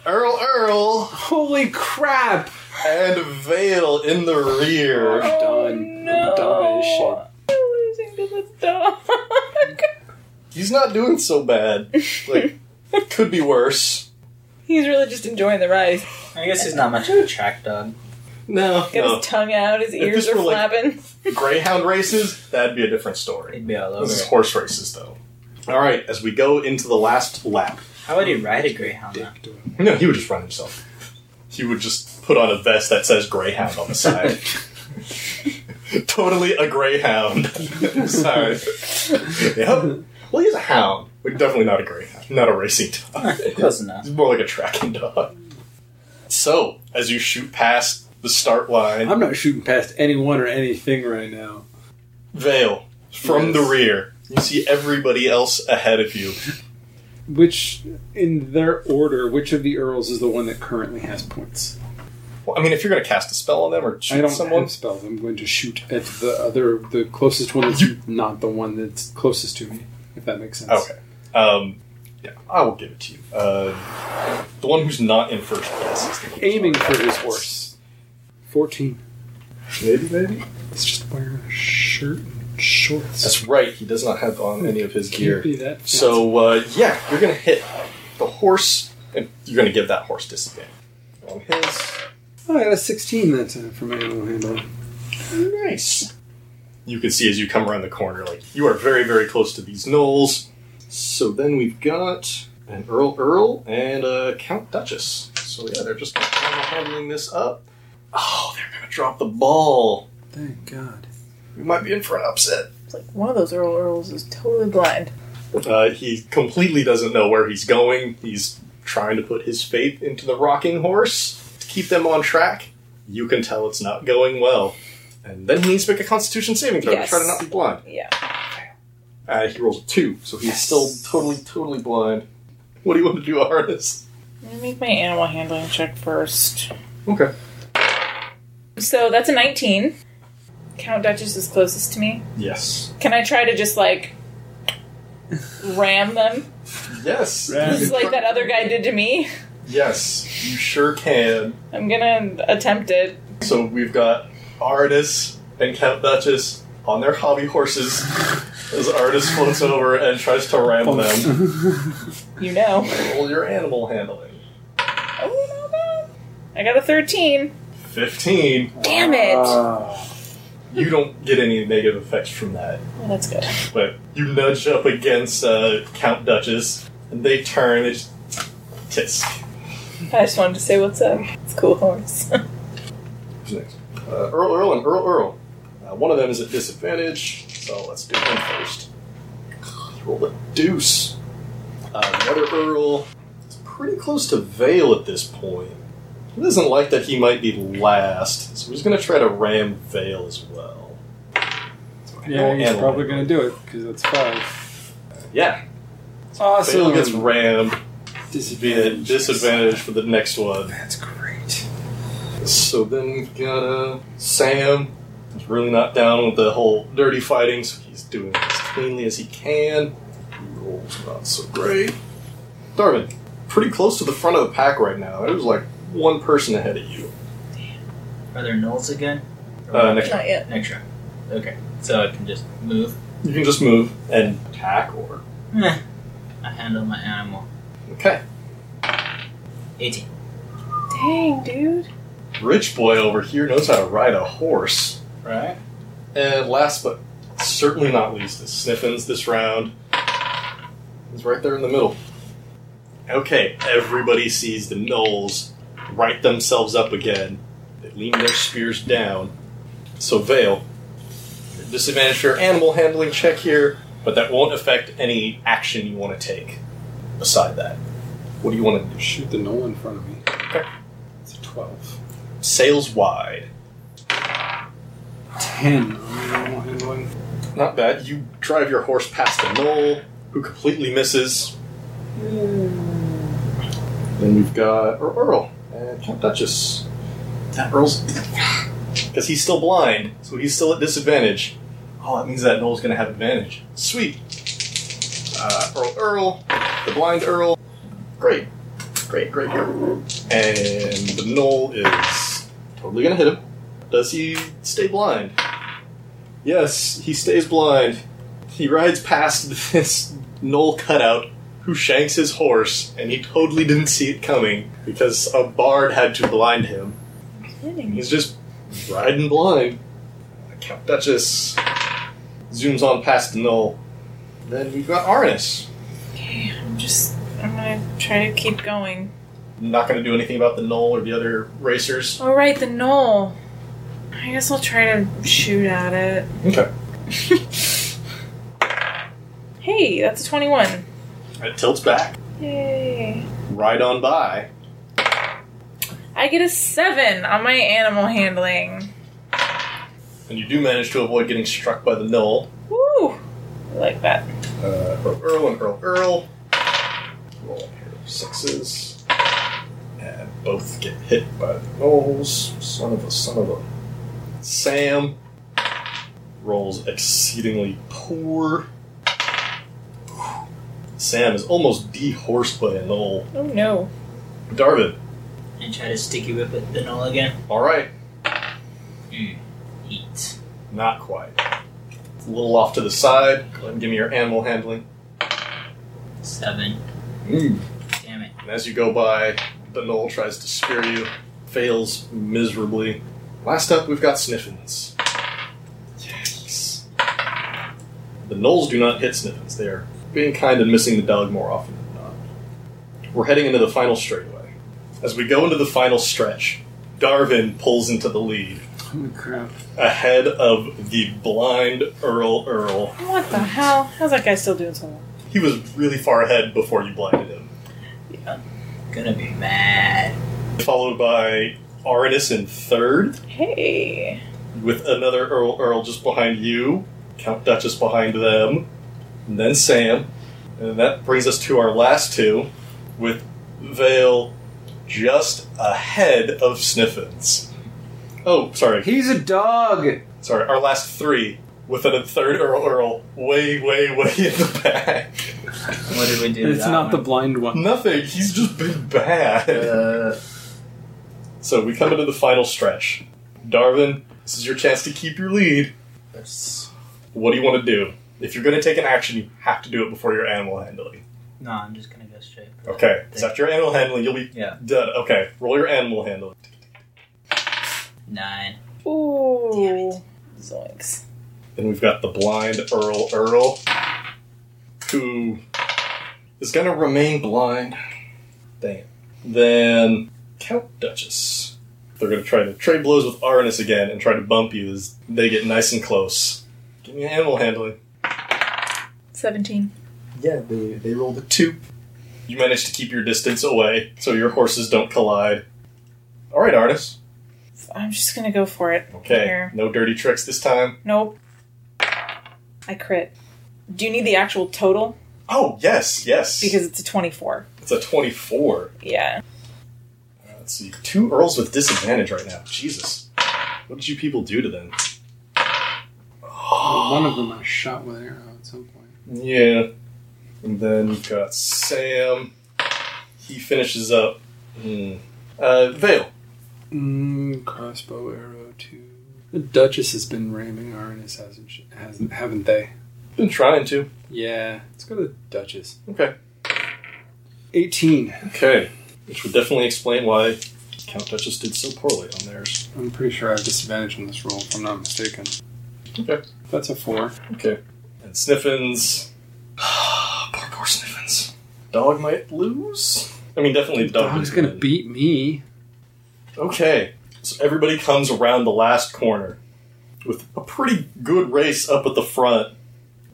[SPEAKER 1] Earl Earl
[SPEAKER 3] Holy crap!
[SPEAKER 1] and Vale in the rear.
[SPEAKER 6] I'm done. I'm dumb as shit.
[SPEAKER 5] no! We're losing to the dog.
[SPEAKER 1] He's not doing so bad. Like, could be worse.
[SPEAKER 5] He's really just enjoying the ride.
[SPEAKER 4] I guess he's not much of a track dog.
[SPEAKER 1] No,
[SPEAKER 5] Got
[SPEAKER 1] no.
[SPEAKER 5] his tongue out, his ears
[SPEAKER 1] this
[SPEAKER 5] are
[SPEAKER 1] were, like,
[SPEAKER 5] flapping.
[SPEAKER 1] Greyhound races, that'd be a different story.
[SPEAKER 4] He'd be all over
[SPEAKER 1] This is
[SPEAKER 4] it.
[SPEAKER 1] horse races, though. All right, as we go into the last lap.
[SPEAKER 4] How would he ride a greyhound? though?
[SPEAKER 1] No, he would just run himself. He would just put on a vest that says Greyhound on the side. totally a Greyhound. Sorry. yep. Well, he's a hound, but definitely not a Greyhound. Not a racing dog.
[SPEAKER 4] Close enough.
[SPEAKER 1] It's more like a tracking dog. So, as you shoot past the start line,
[SPEAKER 6] I'm not shooting past anyone or anything right now.
[SPEAKER 1] Vale, from
[SPEAKER 6] Yes.
[SPEAKER 1] the rear, you see everybody else ahead of you.
[SPEAKER 6] Which, in their order, which of the earls is the one that currently has points?
[SPEAKER 1] Well, I mean, if you're going to cast a spell on them or
[SPEAKER 6] I
[SPEAKER 1] shoot
[SPEAKER 6] don't
[SPEAKER 1] someone,
[SPEAKER 6] have spells. I'm going to shoot at the other, the closest one that's not the one that's closest to me. If that makes sense.
[SPEAKER 1] Okay. Um, yeah, I will give it to you. Uh, the one who's not in first place is the one who's
[SPEAKER 6] Aiming
[SPEAKER 1] not in
[SPEAKER 6] for
[SPEAKER 1] first
[SPEAKER 6] his
[SPEAKER 1] place.
[SPEAKER 6] horse. Fourteen.
[SPEAKER 1] Maybe, maybe.
[SPEAKER 6] It's just wearing a shirt and shorts.
[SPEAKER 1] That's right. He does not have on any of his gear.
[SPEAKER 6] Can't be that fancy.
[SPEAKER 1] So uh, yeah, you're gonna hit the horse, and you're gonna give that horse disadvantage on his.
[SPEAKER 6] Oh, I got a 16 that time for my animal handle.
[SPEAKER 1] Nice. You can see as you come around the corner, like you are very, very close to these knolls. So then we've got an Earl Earl and a Count Duchess. So yeah, they're just kind of handling this up. Oh, they're gonna drop the ball.
[SPEAKER 6] Thank God.
[SPEAKER 1] We might be in for an upset.
[SPEAKER 5] It's like one of those Earl Earls is totally blind.
[SPEAKER 1] Uh, he completely doesn't know where he's going. He's trying to put his faith into the rocking horse to keep them on track. You can tell it's not going well. And then he needs to make a constitution saving throw to try to
[SPEAKER 5] Yes.
[SPEAKER 1] not be blind.
[SPEAKER 5] Yeah.
[SPEAKER 1] Uh, he rolls a two, so he's still totally, totally blind. What do you want to do, Artis?
[SPEAKER 5] I'm gonna make my animal handling check first.
[SPEAKER 1] Okay.
[SPEAKER 5] So that's a 19. Count Duchess is closest to me.
[SPEAKER 1] Yes.
[SPEAKER 5] Can I try to just like ram them?
[SPEAKER 1] Yes.
[SPEAKER 6] Right.
[SPEAKER 5] Just like that other guy did to me?
[SPEAKER 1] Yes, you sure can.
[SPEAKER 5] I'm gonna attempt it.
[SPEAKER 1] So we've got Artis and Count Duchess on their hobby horses as Artis floats over and tries to ram them.
[SPEAKER 5] You know.
[SPEAKER 1] Roll your animal handling.
[SPEAKER 5] Oh, not bad. I got a 13.
[SPEAKER 1] 15.
[SPEAKER 5] Damn it!
[SPEAKER 6] Ah.
[SPEAKER 1] You don't get any negative effects from that.
[SPEAKER 5] Oh, that's good.
[SPEAKER 1] But you nudge up against uh, Count Duchess, and they turn. It's tisk.
[SPEAKER 5] I just wanted to say what's up. It's a cool horse.
[SPEAKER 1] Who's next? Uh, Earl, Earl, and Earl, Earl. Uh, one of them is at disadvantage, so let's do him first. He rolled a deuce. Uh, the other Earl is pretty close to Vale at this point. He doesn't like that he might be last, so he's going to try to ram Vale as well.
[SPEAKER 6] yeah, he's
[SPEAKER 1] Animal
[SPEAKER 6] probably going
[SPEAKER 1] handling.
[SPEAKER 6] to do it because that's five.
[SPEAKER 1] Yeah, Vale
[SPEAKER 6] Awesome.
[SPEAKER 1] gets rammed via
[SPEAKER 6] disadvantage.
[SPEAKER 1] disadvantage for the next one.
[SPEAKER 6] That's great.
[SPEAKER 1] So then we've got uh, Sam. He's really not down with the whole dirty fighting, so he's doing it as cleanly as he can. He rolls not so great. Darvin, pretty close to the front of the pack right now. There's like one person ahead of you.
[SPEAKER 4] Are there knolls again?
[SPEAKER 1] Uh, next,
[SPEAKER 5] Not yet.
[SPEAKER 4] Next round. Okay. So I can just move.
[SPEAKER 1] you can just move and attack or.
[SPEAKER 4] Eh, I handle my animal.
[SPEAKER 1] Okay.
[SPEAKER 4] 18.
[SPEAKER 5] Dang, dude.
[SPEAKER 1] Rich boy over here knows how to ride a horse.
[SPEAKER 4] Right?
[SPEAKER 1] And last but certainly not least is Sniffins this round. He's right there in the middle. Okay, everybody sees the gnolls right themselves up again. They lean their spears down. So Vale, you're at disadvantage for your animal handling check here, but that won't affect any action you want to take. Beside that, what do you want to do?
[SPEAKER 6] Shoot the knoll in front of me.
[SPEAKER 1] Okay.
[SPEAKER 6] It's a 12.
[SPEAKER 1] Sails wide.
[SPEAKER 6] 10 on the animal handling.
[SPEAKER 1] Not bad. You drive your horse past a knoll, who completely misses. Then we've got Ear- Earl and Count Duchess. That Earl's. Because he's still blind, so he's still at disadvantage. Oh, that means that knoll's going to have advantage. Sweet! Uh, Earl Earl, the blind Earl. Great. Great, great, great. And the knoll is totally going to hit him. Does he stay blind? Yes, he stays blind. He rides past this knoll cutout who shanks his horse, and he totally didn't see it coming because a bard had to blind him. And he's just riding blind. Count Duchess zooms on past the knoll. Then we've got Arnis.
[SPEAKER 5] Okay, I'm just. I'm gonna try to keep going.
[SPEAKER 1] Not going to do anything about the knoll or the other racers.
[SPEAKER 5] All right, the knoll. I guess I'll try to shoot at it.
[SPEAKER 1] Okay.
[SPEAKER 5] Hey, that's a 21.
[SPEAKER 1] It tilts back.
[SPEAKER 5] Yay.
[SPEAKER 1] Right on by.
[SPEAKER 5] I get a 7 on my animal handling.
[SPEAKER 1] And you do manage to avoid getting struck by the knoll.
[SPEAKER 5] Woo! I like that.
[SPEAKER 1] uh, Earl, Earl and Earl Earl. Roll a pair of sixes. And both get hit by the rolls. Son of a son of a. Sam rolls exceedingly poor. Sam is almost dehorsed by a knoll.
[SPEAKER 5] Oh no.
[SPEAKER 1] Darvin,
[SPEAKER 4] And try to sticky whip it then all again. Hmm.
[SPEAKER 1] alright.
[SPEAKER 4] Eat.
[SPEAKER 1] Not quite. It's a little off to the side. Go ahead and give me your animal handling.
[SPEAKER 4] Seven.
[SPEAKER 1] Mm.
[SPEAKER 4] Damn it.
[SPEAKER 1] And as you go by, the knoll tries to spear you, fails miserably. Last up, we've got Sniffins. Yes. The knolls do not hit Sniffins. They are being kind and missing the dog more often than not. We're heading into the final straightaway. As we go into the final stretch, Darvin pulls into the lead,
[SPEAKER 6] Holy crap.
[SPEAKER 1] ahead of the blind Earl Earl.
[SPEAKER 5] What the hell? How's that guy still doing so well?
[SPEAKER 1] He was really far ahead before you blinded him.
[SPEAKER 4] Gonna be mad.
[SPEAKER 1] Followed by Aranus in third.
[SPEAKER 5] Hey.
[SPEAKER 1] with another Earl Earl just behind you, Count Duchess behind them, and then Sam. And that brings us to our last two, with Vale just ahead of Sniffins. Oh, sorry.
[SPEAKER 3] He's a dog.
[SPEAKER 1] Sorry, our last three, with a third Earl Earl way, way, way in the back.
[SPEAKER 4] What did we do? to
[SPEAKER 6] it's
[SPEAKER 4] that
[SPEAKER 6] not the
[SPEAKER 4] one?
[SPEAKER 6] blind one.
[SPEAKER 1] Nothing, he's just been bad.
[SPEAKER 4] Uh,
[SPEAKER 1] So we come into the final stretch. Darwin, this is your chance to keep your lead.
[SPEAKER 4] that's-
[SPEAKER 1] What do you want to do? If you're going to take an action, you have to do it before your animal handling.
[SPEAKER 4] no, I'm just gonna go straight. for it.
[SPEAKER 1] Okay. So after your animal handling, you'll be
[SPEAKER 4] Yeah.
[SPEAKER 1] done. Okay. Roll your animal handling.
[SPEAKER 4] Nine.
[SPEAKER 5] Ooh. Zoinks.
[SPEAKER 1] Then we've got the blind Earl Earl, who is going to remain blind. Dang it. Then Count Duchess. They're going to try to trade blows with Arnis again and try to bump you as they get nice and close. Give me animal handling.
[SPEAKER 5] 17.
[SPEAKER 1] Yeah, they, they rolled a two. You manage to keep your distance away so your horses don't collide. All right, Artis.
[SPEAKER 5] I'm just gonna go for it.
[SPEAKER 1] Okay,
[SPEAKER 5] Here.
[SPEAKER 1] no dirty tricks this time.
[SPEAKER 5] Nope. I crit. Do you need the actual total?
[SPEAKER 1] Oh, yes, yes.
[SPEAKER 5] Because it's a 24.
[SPEAKER 1] it's a 24.
[SPEAKER 5] Yeah.
[SPEAKER 1] Uh, let's see. Two Earls with disadvantage right now. Jesus. What did you people do to them?
[SPEAKER 6] One of them I shot with an arrow at some point.
[SPEAKER 1] Yeah. And then you've got Sam. He finishes up. Hmm. Uh, Vale.
[SPEAKER 6] Mm, crossbow arrow two. The Duchess has been ramming Arnis, hasn't she? Hasn't, haven't they?
[SPEAKER 1] Been trying to.
[SPEAKER 6] Yeah. Let's go to the Duchess.
[SPEAKER 1] Okay.
[SPEAKER 6] 18.
[SPEAKER 1] Okay. Which would definitely explain why Count Duchess did so poorly on theirs.
[SPEAKER 6] I'm pretty sure I have disadvantage on this roll, if I'm not mistaken.
[SPEAKER 1] Okay.
[SPEAKER 6] That's a four.
[SPEAKER 1] Okay. And Sniffins. Poor, poor Sniffins. Dog might lose. I mean, definitely the dog.
[SPEAKER 6] Dog's
[SPEAKER 1] is
[SPEAKER 6] gonna
[SPEAKER 1] win.
[SPEAKER 6] beat me.
[SPEAKER 1] Okay. So everybody comes around the last corner with a pretty good race up at the front.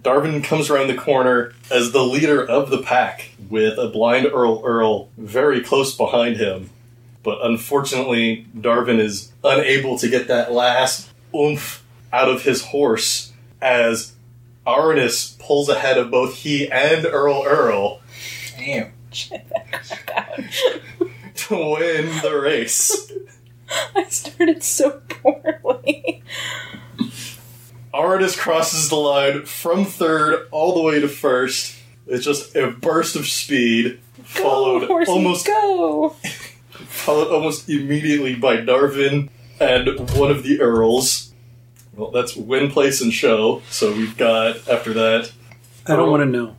[SPEAKER 1] Darwin comes around the corner as the leader of the pack with a blind Earl Earl very close behind him. But unfortunately, Darwin is unable to get that last oomph out of his horse as Arnis pulls ahead of both he and Earl Earl
[SPEAKER 4] Damn.
[SPEAKER 1] to win the race.
[SPEAKER 5] I started so poorly.
[SPEAKER 1] Artis crosses the line from third all the way to first. It's just a burst of speed, followed
[SPEAKER 5] horses,
[SPEAKER 1] almost
[SPEAKER 5] go.
[SPEAKER 1] followed almost immediately by Darvin and one of the Earls. Well, that's win, place, and show. So we've got after that.
[SPEAKER 6] I don't want to know.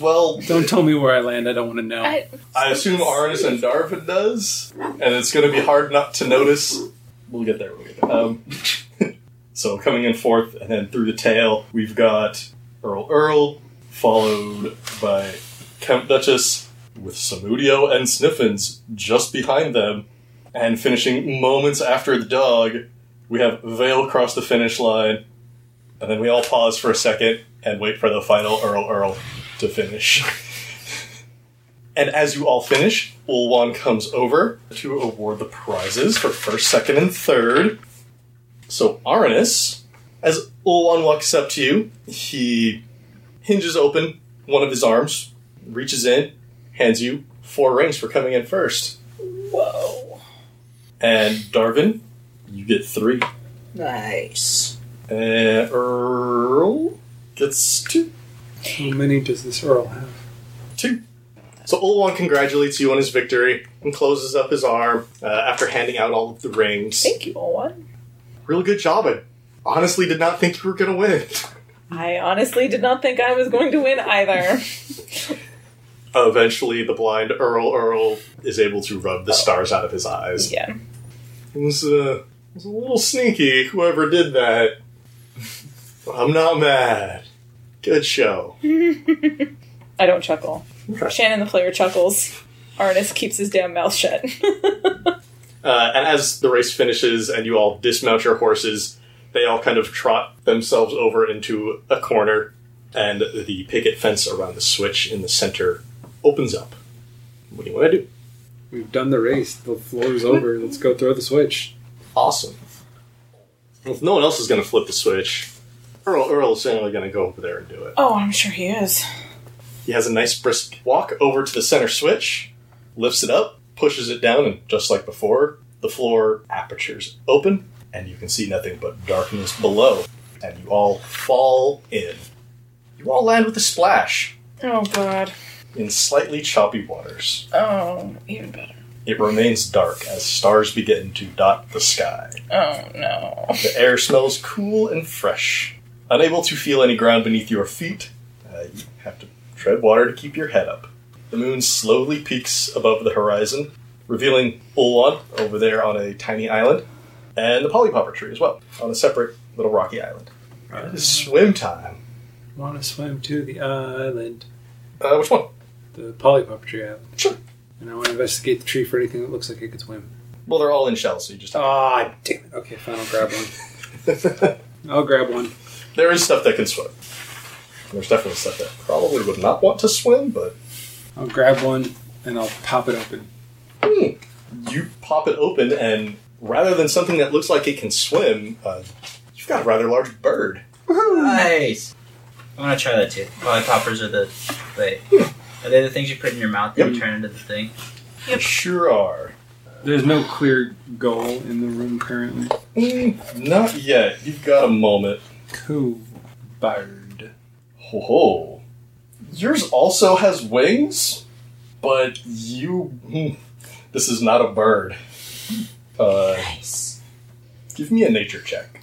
[SPEAKER 1] Well,
[SPEAKER 6] Don't tell me where I land. I don't want to know.
[SPEAKER 5] I,
[SPEAKER 1] I assume Arnis and Darvin does, and it's going to be hard not to notice. We'll get there. We'll get there. Um, so coming in fourth, and then through the tail, we've got Earl Earl, followed by Count Duchess, with Samudio and Sniffins just behind them, and finishing moments after the dog, we have Vale cross the finish line, and then we all pause for a second and wait for the final Earl Earl to finish. And as you all finish, Ulwan comes over to award the prizes for first, second, and third. So Aranus, as Ulwan walks up to you, he hinges open one of his arms, reaches in, hands you four rings for coming in first.
[SPEAKER 4] Whoa.
[SPEAKER 1] And Darvin, you get three.
[SPEAKER 4] Nice.
[SPEAKER 1] And Earl gets two.
[SPEAKER 6] How many does this Earl have?
[SPEAKER 1] Two. So Ulwan congratulates you on his victory and closes up his arm uh, after handing out all of the rings.
[SPEAKER 5] thank you, Owen.
[SPEAKER 1] real good job and honestly did not think you were gonna win
[SPEAKER 5] I honestly did not think I was going to win either.
[SPEAKER 1] eventually the blind earl earl is able to rub the stars out of his eyes
[SPEAKER 5] yeah.
[SPEAKER 1] it was, uh, it was a little sneaky whoever did that But i'm not mad good show
[SPEAKER 5] I don't chuckle.
[SPEAKER 1] Okay.
[SPEAKER 5] Shannon the player chuckles. Artist keeps his damn mouth shut.
[SPEAKER 1] uh, and as the race finishes and you all dismount your horses they all kind of trot themselves over into a corner and the picket fence around the switch in the center opens up what do you want to do
[SPEAKER 6] We've done the race. The floor is over. Let's go throw the switch.
[SPEAKER 1] Awesome. Well, if no one else is going to flip the switch, Earl Earl is certainly going to go over there and do it.
[SPEAKER 5] oh, I'm sure he is.
[SPEAKER 1] He has a nice brisk walk over to the center switch, lifts it up, pushes it down, and just like before, the floor apertures open, and you can see nothing but darkness below. And you all fall in. You all land with a splash
[SPEAKER 5] Oh, God.
[SPEAKER 1] in slightly choppy waters.
[SPEAKER 5] Oh, even better.
[SPEAKER 1] It remains dark as stars begin to dot the sky.
[SPEAKER 5] Oh, no.
[SPEAKER 1] The air smells cool and fresh. Unable to feel any ground beneath your feet, uh, you have to tread water to keep your head up. The moon slowly peaks above the horizon, revealing Ulwan over there on a tiny island, and the polypopper tree as well, on a separate little rocky island. It is swim time.
[SPEAKER 6] Want to swim to the island,
[SPEAKER 1] Uh, which one?
[SPEAKER 6] the polypop tree island.
[SPEAKER 1] Sure.
[SPEAKER 6] And I want to investigate the tree for anything that looks like it could swim.
[SPEAKER 1] Well, they're all in shells, so you just.
[SPEAKER 6] Ah, damn it. Okay, fine. I'll grab one. I'll grab one.
[SPEAKER 1] there is stuff that can swim. There's definitely stuff that probably would not want to swim, but
[SPEAKER 6] I'll grab one and I'll pop it open.
[SPEAKER 1] you pop it open, and rather than something that looks like it can swim, uh, you've got a rather large bird.
[SPEAKER 4] Nice. I want to try that too. Lollipoppers are the. Wait. Are they the things you put in your mouth that you
[SPEAKER 1] Yep.
[SPEAKER 4] turn into the thing?
[SPEAKER 1] You Sure are.
[SPEAKER 6] There's no clear goal in the room currently.
[SPEAKER 1] Mm, not yet. You've got a moment.
[SPEAKER 6] Cool. Bird.
[SPEAKER 1] Ho ho. Yours also has wings, but you. hmm, this is not a bird. Uh,
[SPEAKER 4] Nice.
[SPEAKER 1] give me a nature check.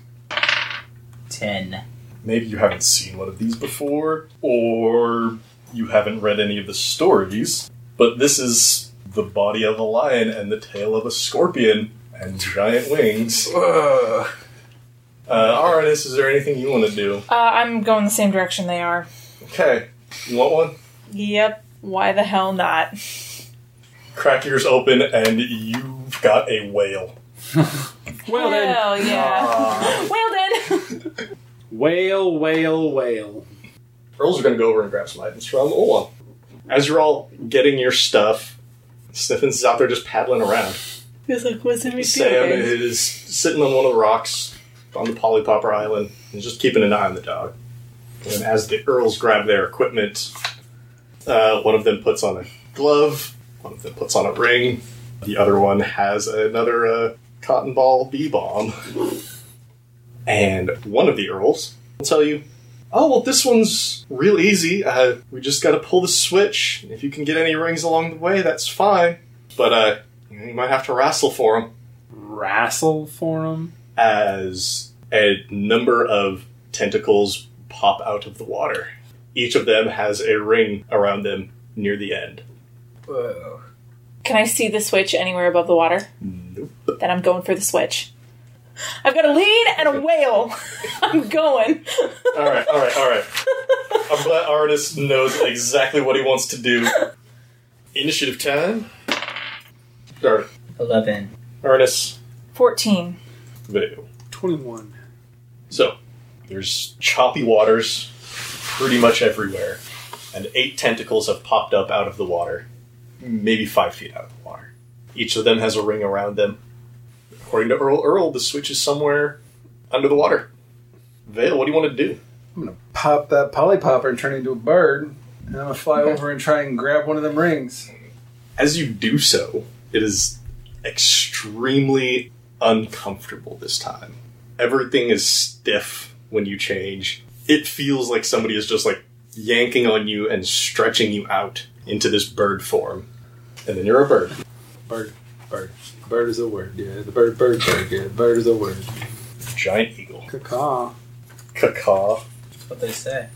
[SPEAKER 4] Ten.
[SPEAKER 1] Maybe you haven't seen one of these before, or you haven't read any of the stories, but this is the body of a lion and the tail of a scorpion and giant wings.
[SPEAKER 6] Ugh.
[SPEAKER 1] Uh, Aranis, is there anything you want to do?
[SPEAKER 5] Uh, I'm going the same direction they are.
[SPEAKER 1] Okay, you want one?
[SPEAKER 5] Yep. Why the hell not?
[SPEAKER 1] Crack yours open, and you've got a whale.
[SPEAKER 3] Well then,
[SPEAKER 5] Hell yeah.
[SPEAKER 1] Ah.
[SPEAKER 5] well then.
[SPEAKER 3] whale, whale, whale.
[SPEAKER 1] Earls are going to go over and grab some items from Ola. As you're all getting your stuff, Sniffins is out there just paddling around.
[SPEAKER 5] He's like, what's everything?
[SPEAKER 1] Sam is sitting on one of the rocks on the Polypopper Island and just keeping an eye on the dog. And as the Earls grab their equipment, uh, one of them puts on a glove, one of them puts on a ring, the other one has another uh, cotton ball bee bomb. And one of the Earls will tell you, Oh, well, this one's real easy. Uh, we just got to pull the switch. If you can get any rings along the way, that's fine. But uh, you might have to wrestle for them
[SPEAKER 3] Rassle for him.
[SPEAKER 1] as a number of tentacles pop out of the water. Each of them has a ring around them near the end.
[SPEAKER 5] Can I see the switch anywhere above the water?
[SPEAKER 1] Nope.
[SPEAKER 5] Then I'm going for the switch. I've got a lead and a whale. I'm going.
[SPEAKER 1] All right, all right, all right. I'm glad Artist knows exactly what he wants to do. Initiative time. Start.
[SPEAKER 4] 11.
[SPEAKER 1] Artist.
[SPEAKER 5] 14.
[SPEAKER 1] Video.
[SPEAKER 6] 21.
[SPEAKER 1] So, there's choppy waters pretty much everywhere, and eight tentacles have popped up out of the water, maybe five feet out of the water. Each of them has a ring around them. According to Earl Earl, the switch is somewhere under the water. Vale, what do you want to do?
[SPEAKER 6] I'm gonna pop that poly popper and turn it into a bird, and I'm gonna fly over and try and grab one of them rings.
[SPEAKER 1] As you do so, it is extremely uncomfortable this time. Everything is stiff when you change. It feels like somebody is just like yanking on you and stretching you out into this bird form. And then you're a bird.
[SPEAKER 6] Bird, bird, bird is a word. Yeah, the bird, bird, bird. Yeah, bird is a word.
[SPEAKER 1] Giant eagle.
[SPEAKER 6] Caw.
[SPEAKER 1] Caw.
[SPEAKER 4] That's what they say.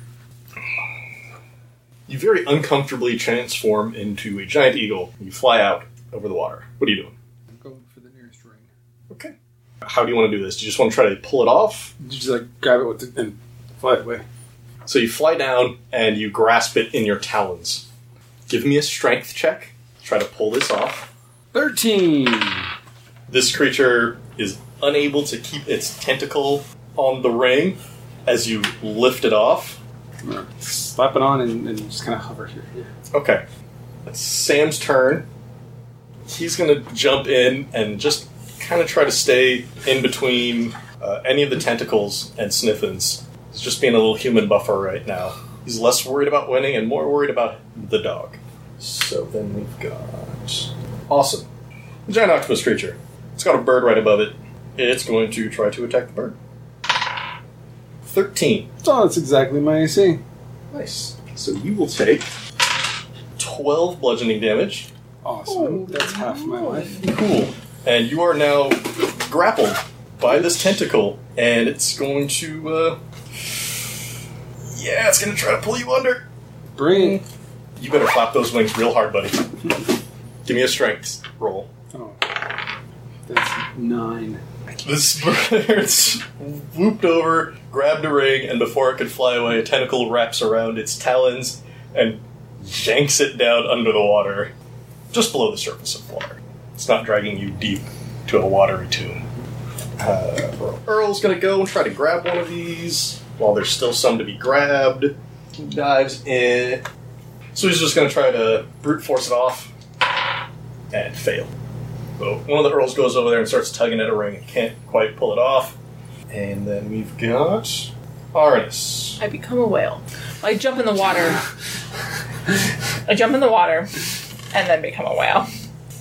[SPEAKER 1] You very uncomfortably transform into a giant eagle. You fly out over the water. What are you doing?
[SPEAKER 6] I'm going for the nearest ring.
[SPEAKER 1] Okay. How do you want to do this? Do you just want to try to pull it off?
[SPEAKER 6] You just like grab it with the, and fly it away.
[SPEAKER 1] So you fly down and you grasp it in your talons. Give me a strength check. Try to pull this off.
[SPEAKER 6] Thirteen.
[SPEAKER 1] This creature is unable to keep its tentacle on the ring as you lift it off.
[SPEAKER 6] I'm gonna slap it on and, and just kind of hover here. Yeah.
[SPEAKER 1] Okay. That's Sam's turn. He's going to jump in and just kind of try to stay in between uh, any of the tentacles and sniffins. He's just being a little human buffer right now. He's less worried about winning and more worried about the dog. So then we've got. Awesome. The giant octopus creature. It's got a bird right above it. It's going to try to attack the bird. 13.
[SPEAKER 6] So that's exactly my AC.
[SPEAKER 1] Nice. So you will take 12 bludgeoning damage.
[SPEAKER 6] Awesome. that's half my life.
[SPEAKER 1] Cool. And you are now grappled by this tentacle, and it's going to. Uh, yeah, it's going to try to pull you under.
[SPEAKER 6] Bring.
[SPEAKER 1] You better flap those wings real hard, buddy. Give me a strength roll.
[SPEAKER 6] Oh. That's nine.
[SPEAKER 1] This bird's whooped over, grabbed a ring, and before it could fly away, a tentacle wraps around its talons and yanks it down under the water, just below the surface of water. It's not dragging you deep to a watery tomb. Uh, Earl's gonna go and try to grab one of these while there's still some to be grabbed. He dives in. So he's just gonna try to brute force it off and fail. So one of the Earls goes over there and starts tugging at a ring and can't quite pull it off. And then we've got Arnis.
[SPEAKER 5] I become a whale. I jump in the water. I jump in the water and then become a whale.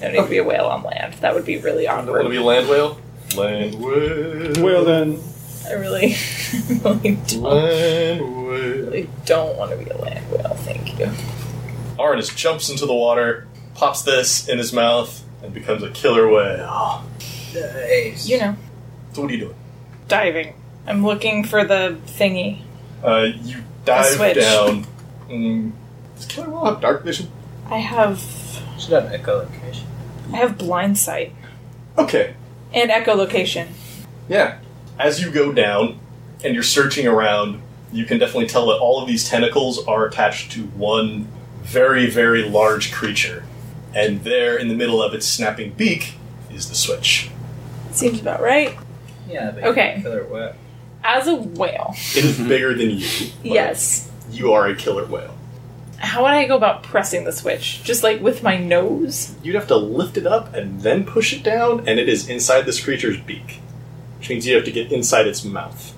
[SPEAKER 5] I don't need to be a whale on land. That would be really
[SPEAKER 1] I want to
[SPEAKER 5] awkward.
[SPEAKER 1] be a land whale. Land whale.
[SPEAKER 6] Well then.
[SPEAKER 5] I really, really don't,
[SPEAKER 1] Land whale.
[SPEAKER 5] really don't want to be a land whale. Thank you.
[SPEAKER 1] Arnis jumps into the water, pops this in his mouth, and becomes a killer whale.
[SPEAKER 4] Nice.
[SPEAKER 5] You know,
[SPEAKER 1] So what are you doing?
[SPEAKER 5] diving. I'm looking for the thingy.
[SPEAKER 1] Uh, you dive
[SPEAKER 5] switch.
[SPEAKER 1] down. Mm. Does killer whale have dark vision?
[SPEAKER 5] I have.
[SPEAKER 4] should have echolocation.
[SPEAKER 5] I have blind sight
[SPEAKER 1] Okay,
[SPEAKER 5] and echolocation.
[SPEAKER 1] Yeah. As you go down and you're searching around, you can definitely tell that all of these tentacles are attached to one very, very large creature. And there in the middle of its snapping beak is the switch.
[SPEAKER 5] Seems about right.
[SPEAKER 4] Yeah, but
[SPEAKER 5] Okay.
[SPEAKER 4] Killer whale.
[SPEAKER 5] As a whale,
[SPEAKER 1] It is bigger than you. but
[SPEAKER 5] yes.
[SPEAKER 1] You are a killer whale.
[SPEAKER 5] How would I go about pressing the switch? Just like with my nose?
[SPEAKER 1] You'd have to lift it up and then push it down, and it is inside this creature's beak. Which means you have to get inside its mouth.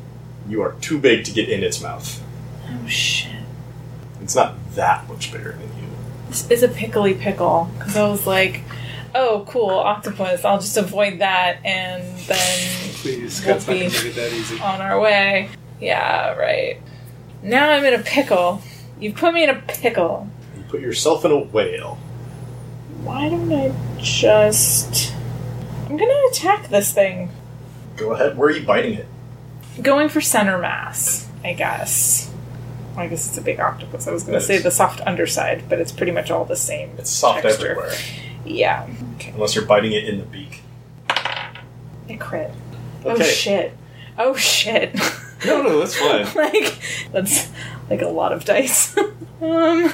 [SPEAKER 1] You are too big to get in its mouth.
[SPEAKER 5] Oh shit!
[SPEAKER 1] It's not that much bigger than you.
[SPEAKER 5] This is a pickly pickle because I was like, oh cool, octopus. I'll just avoid that and then
[SPEAKER 6] Please,
[SPEAKER 5] Won't
[SPEAKER 6] Scott's not going
[SPEAKER 5] be.
[SPEAKER 6] to make it that easy.
[SPEAKER 5] on our way. Yeah, right. Now I'm in a pickle. You put me in a pickle.
[SPEAKER 1] You put yourself in a whale.
[SPEAKER 5] Why don't I just. I'm gonna attack this thing.
[SPEAKER 1] Go ahead. Where are you biting it?
[SPEAKER 5] Going for center mass, I guess. Well, I guess it's a big octopus. I was gonna
[SPEAKER 1] It
[SPEAKER 5] say
[SPEAKER 1] is.
[SPEAKER 5] the soft underside, but it's pretty much all the same.
[SPEAKER 1] It's soft
[SPEAKER 5] Texture.
[SPEAKER 1] everywhere.
[SPEAKER 5] Yeah.
[SPEAKER 1] Unless you're biting it in the beak.
[SPEAKER 5] I crit. Oh
[SPEAKER 1] Okay.
[SPEAKER 5] shit. Oh shit.
[SPEAKER 1] No, no, that's fine.
[SPEAKER 5] like, that's like a lot of dice. um,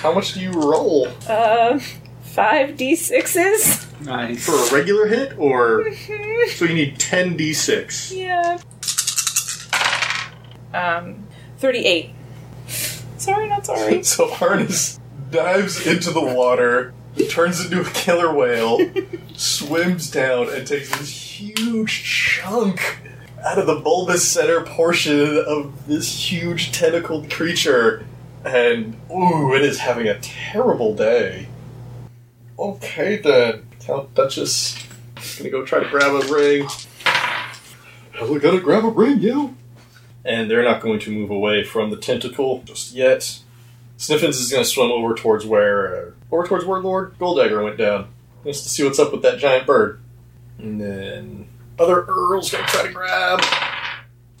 [SPEAKER 1] How much do you roll
[SPEAKER 5] uh, five d6s?
[SPEAKER 6] Nice.
[SPEAKER 1] for a regular hit, or
[SPEAKER 5] Hmm.
[SPEAKER 1] so you need ten d6?
[SPEAKER 5] Yeah. Um, 38. Sorry, not sorry.
[SPEAKER 1] So Arnis dives into the water, turns into a killer whale, swims down, and takes this huge chunk out of the bulbous center portion of this huge tentacled creature. And ooh, it is having a terrible day. Okay then, Count Duchess. Gonna go try to grab a ring. We're gonna grab a ring, yo. And they're not going to move away from the tentacle just yet. Sniffins is going to swim over towards where, uh, over towards where Lord Goldagger went down, just to see what's up with that giant bird. And then other Earl's going to try to grab.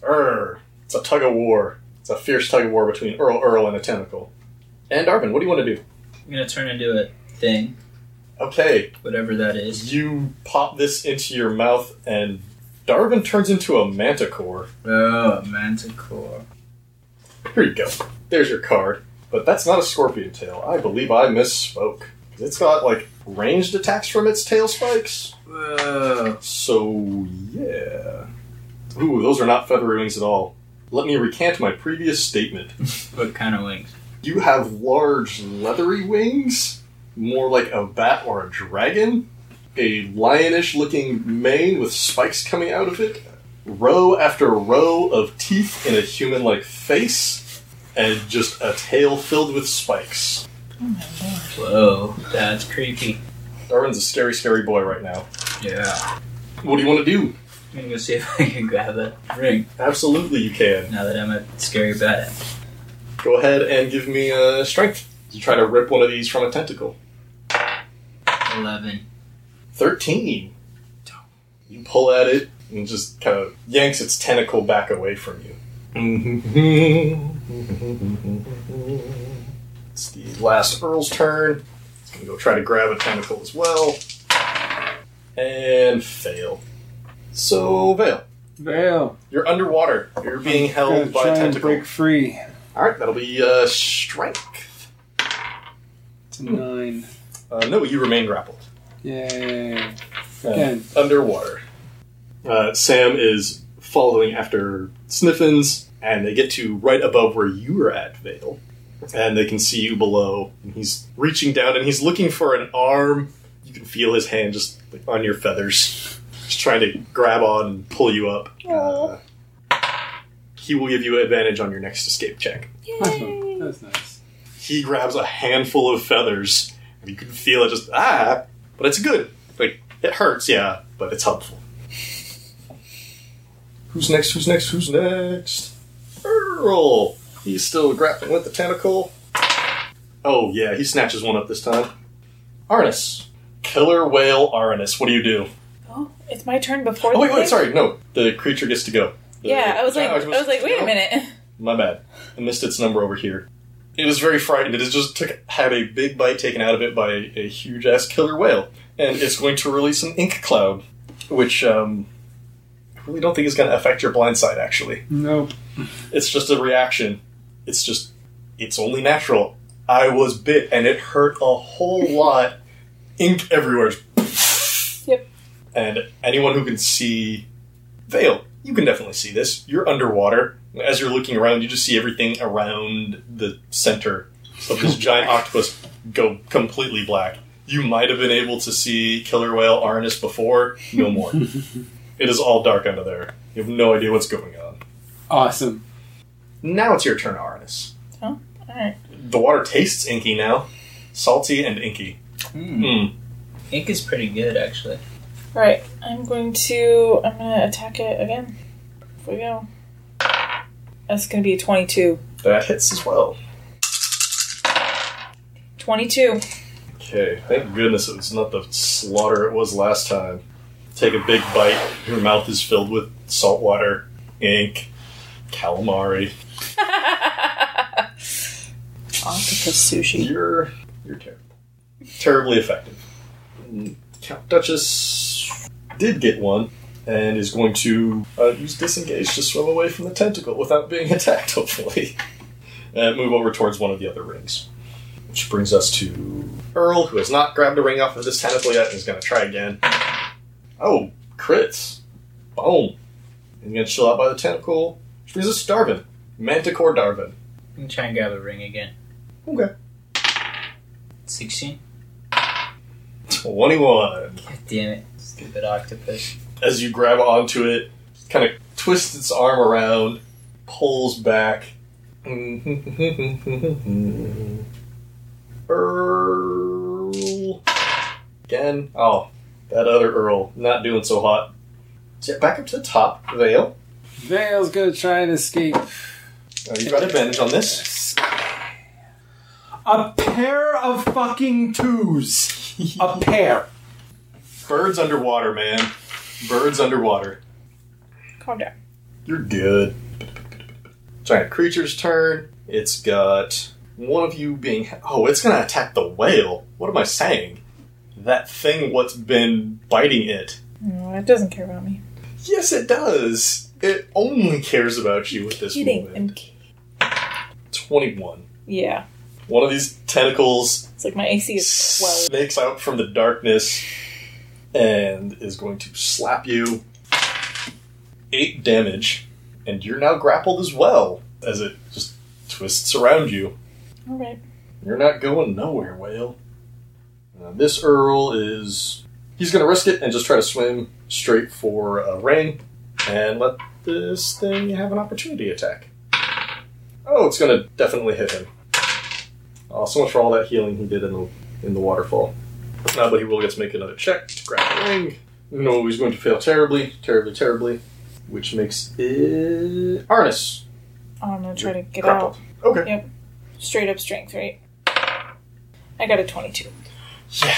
[SPEAKER 1] Err, it's a tug of war. It's a fierce tug of war between Earl, Earl, and a tentacle. And Arvin, what do you want to do?
[SPEAKER 4] I'm gonna turn into a thing,
[SPEAKER 1] Okay,
[SPEAKER 4] whatever that is.
[SPEAKER 1] you pop this into your mouth, and Darwin turns into a manticore.
[SPEAKER 4] Oh, manticore.
[SPEAKER 1] Here you go. There's your card. But that's not a scorpion tail. I believe I misspoke. 'Cause It's got like ranged attacks from its tail spikes.
[SPEAKER 4] Whoa.
[SPEAKER 1] So yeah. Ooh, those are not feathery wings at all. Let me recant my previous statement.
[SPEAKER 4] What kind of wings?
[SPEAKER 1] You have large leathery wings, more like a bat or a dragon, a lionish looking mane with spikes coming out of it, row after row of teeth in a human like face, and just a tail filled with spikes.
[SPEAKER 4] Whoa, that's creepy.
[SPEAKER 1] Darwin's a scary, scary boy right now.
[SPEAKER 4] Yeah.
[SPEAKER 1] What do you want to do?
[SPEAKER 4] I'm gonna go see if I can grab that ring
[SPEAKER 1] Absolutely, you can.
[SPEAKER 4] now that I'm a scary bat.
[SPEAKER 1] Go ahead and give me a strength to try to rip one of these from a tentacle.
[SPEAKER 4] 11.
[SPEAKER 1] 13. You pull at it and just kind of yanks its tentacle back away from you. It's the last Earl's turn. It's going to go try to grab a tentacle as well. And fail. So, Vale,
[SPEAKER 3] Vale,
[SPEAKER 1] you're underwater. You're being
[SPEAKER 3] gonna
[SPEAKER 1] held by a
[SPEAKER 3] try and
[SPEAKER 1] tentacle.
[SPEAKER 3] break free.
[SPEAKER 1] Alright, that'll be uh, strength.
[SPEAKER 6] It's a nine.
[SPEAKER 1] Uh, no, you remain grappled.
[SPEAKER 6] Yay.
[SPEAKER 1] Uh,
[SPEAKER 6] Again.
[SPEAKER 1] underwater. Uh, Sam is following after Sniffins, and they get to right above where you were at, Vale. And they can see you below. And he's reaching down and he's looking for an arm. You can feel his hand just like, on your feathers, just trying to grab on and pull you up. Uh, he will give you advantage on your next escape check.
[SPEAKER 6] Awesome. That's nice.
[SPEAKER 1] He grabs a handful of feathers, and you can feel it just ah, but it's good. Like it hurts, yeah, but it's helpful. Who's next? Who's next? Who's next? Earl. He's still grappling with the tentacle. Oh yeah, he snatches one up this time. Arnis, killer whale Arnis. What do you do?
[SPEAKER 5] Oh, it's my turn before
[SPEAKER 1] Oh
[SPEAKER 5] the
[SPEAKER 1] wait,
[SPEAKER 5] thing?
[SPEAKER 1] wait, sorry, no. The creature gets to go. The-
[SPEAKER 5] Yeah, I was like,
[SPEAKER 1] Ah,
[SPEAKER 5] I was, like, wait a
[SPEAKER 1] no.
[SPEAKER 5] minute.
[SPEAKER 1] My bad. I missed its number over here. It is very frightened. It has just took, had a big bite taken out of it by a huge ass killer whale. and it's going to release an ink cloud, which um, I really don't think is going to affect your blind side. Actually,
[SPEAKER 6] Nope.
[SPEAKER 1] it's just a reaction. It's just it's only natural. I was bit and it hurt a whole lot. Ink everywhere.
[SPEAKER 5] Yep.
[SPEAKER 1] And anyone who can see Vale, you can definitely see this. You're underwater. As you're looking around, you just see everything around the center of this giant octopus go completely black. You might have been able to see killer whale Arnis before, no more. it is all dark under there. You have no idea what's going on.
[SPEAKER 6] Awesome.
[SPEAKER 1] Now it's your turn, Arnis.
[SPEAKER 5] Oh, alright.
[SPEAKER 1] The water tastes inky now. Salty and inky.
[SPEAKER 4] Hmm.
[SPEAKER 1] Mm.
[SPEAKER 4] Ink is pretty good, actually.
[SPEAKER 5] Right. I'm going to. I'm going to attack it again. If we go. That's going to be a 22.
[SPEAKER 1] That hits as well.
[SPEAKER 5] 22.
[SPEAKER 1] Okay, thank goodness it was not the slaughter it was last time. Take a big bite. Your mouth is filled with salt water, ink, calamari.
[SPEAKER 5] Octopus sushi.
[SPEAKER 1] You're you're terrible. Terribly effective. Mm, Count Duchess did get one and is going to uh, use disengage to swim away from the tentacle without being attacked, hopefully. And move over towards one of the other rings. Which brings us to Earl, who has not grabbed a ring off of this tentacle yet and is going to try again. Oh, crits. Boom. He's going to chill out by the tentacle. Which brings us to Darvin. Manticore Darvin.
[SPEAKER 4] I'm gonna try and grab a ring again.
[SPEAKER 1] Okay.
[SPEAKER 4] 16?
[SPEAKER 1] 21.
[SPEAKER 4] God damn it. Stupid octopus.
[SPEAKER 1] as you grab onto it, kind of twists its arm around, pulls back. Earl. Again. Oh, that other Earl. Not doing so hot. Jet back up to the top, Vale.
[SPEAKER 6] Vale's gonna try and escape.
[SPEAKER 1] Uh, you've got advantage on this.
[SPEAKER 6] A pair of fucking twos. A pair.
[SPEAKER 1] Birds underwater, man. Birds underwater.
[SPEAKER 5] Calm down.
[SPEAKER 1] You're good. Giant creature's turn. It's got one of you being. Oh, it's gonna attack the whale. What am I saying? That thing, what's been biting it?
[SPEAKER 5] No, it doesn't care about me.
[SPEAKER 1] Yes, it does. It only cares about you at this
[SPEAKER 5] Kidding. I'm
[SPEAKER 1] moment.
[SPEAKER 5] ki-
[SPEAKER 1] Twenty-one.
[SPEAKER 5] yeah.
[SPEAKER 1] One of these tentacles
[SPEAKER 5] It's like my AC is 12.
[SPEAKER 1] snakes out from the darkness and is going to slap you. Eight damage, and you're now grappled as well as it just twists around you.
[SPEAKER 5] Alright.
[SPEAKER 1] You're not going nowhere, whale. Uh, this Earl is. He's going to risk it and just try to swim straight for a ring and let this thing have an opportunity attack. Oh, it's going to definitely hit him. Oh, so much for all that healing he did in the, in the waterfall. Uh, but he will get to make another check to grab the ring. No, he's going to fail terribly, terribly, terribly, which makes it. Arnis.
[SPEAKER 5] Oh, I'm going to try to get
[SPEAKER 1] grappled.
[SPEAKER 5] out.
[SPEAKER 1] Okay.
[SPEAKER 5] Straight up strength, right? I got a 22.
[SPEAKER 1] Yeah.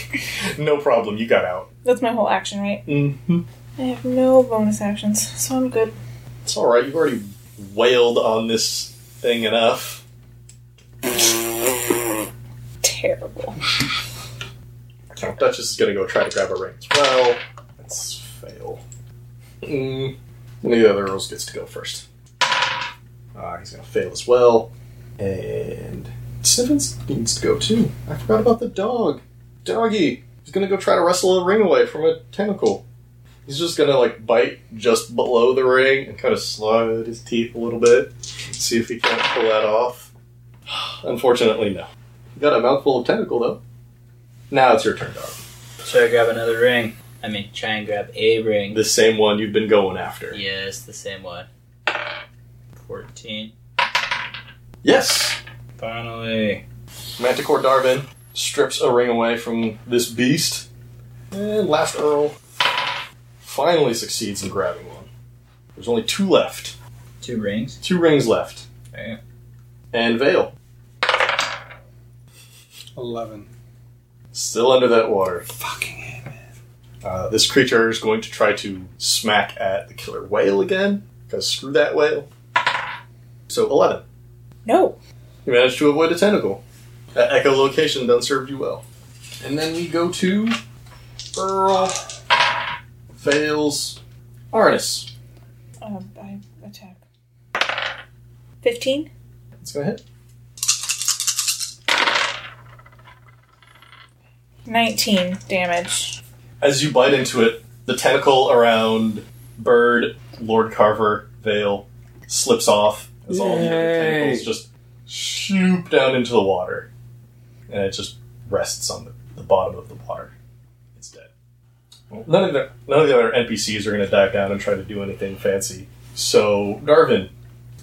[SPEAKER 1] no problem. You got out.
[SPEAKER 5] That's my whole action, right?
[SPEAKER 1] Mm-hmm.
[SPEAKER 5] I have no bonus actions, so I'm good.
[SPEAKER 1] It's all right. You've already wailed on this thing enough.
[SPEAKER 5] Terrible.
[SPEAKER 1] Count Duchess is going to go try to grab a ring as well. That's fail. Mm. One of the other earls gets to go first. Uh, he's going to fail as well. And Sniffins needs to go too. I forgot about the dog. Doggy. He's going to go try to wrestle a ring away from a tentacle. He's just going to like bite just below the ring and kind of slide his teeth a little bit. See if he can't pull that off. Unfortunately, no. You got a mouthful of tentacle though. Now it's your turn, dog.
[SPEAKER 4] Should I grab another ring? I mean, try and grab a ring.
[SPEAKER 1] The same one you've been going after.
[SPEAKER 4] yes, the same one. 14.
[SPEAKER 1] Yes!
[SPEAKER 4] Finally.
[SPEAKER 1] Manticore Darvin strips a ring away from this beast. And last Earl finally succeeds in grabbing one. There's only two left.
[SPEAKER 4] Two rings?
[SPEAKER 1] Two rings left.
[SPEAKER 4] Okay.
[SPEAKER 1] And Vale.
[SPEAKER 6] Eleven.
[SPEAKER 1] Still under that water. Fucking hit, man. Uh, this creature is going to try to smack at the killer whale again. Because screw that whale. So, 11.
[SPEAKER 5] No.
[SPEAKER 1] You managed to avoid a tentacle. That echolocation done served you well. And then we go to Earl fails Arnis.
[SPEAKER 5] Um, I attack. 15?
[SPEAKER 1] Let's go ahead.
[SPEAKER 5] 19 damage.
[SPEAKER 1] As you bite into it, the tentacle around Bird, Lord Carver, Vale slips off as all the other
[SPEAKER 6] Yay.
[SPEAKER 1] tentacles just shoop down into the water. And it just rests on the, the bottom of the water. It's dead. None of the none of the other NPCs are going to dive down and try to do anything fancy. So, Darvin,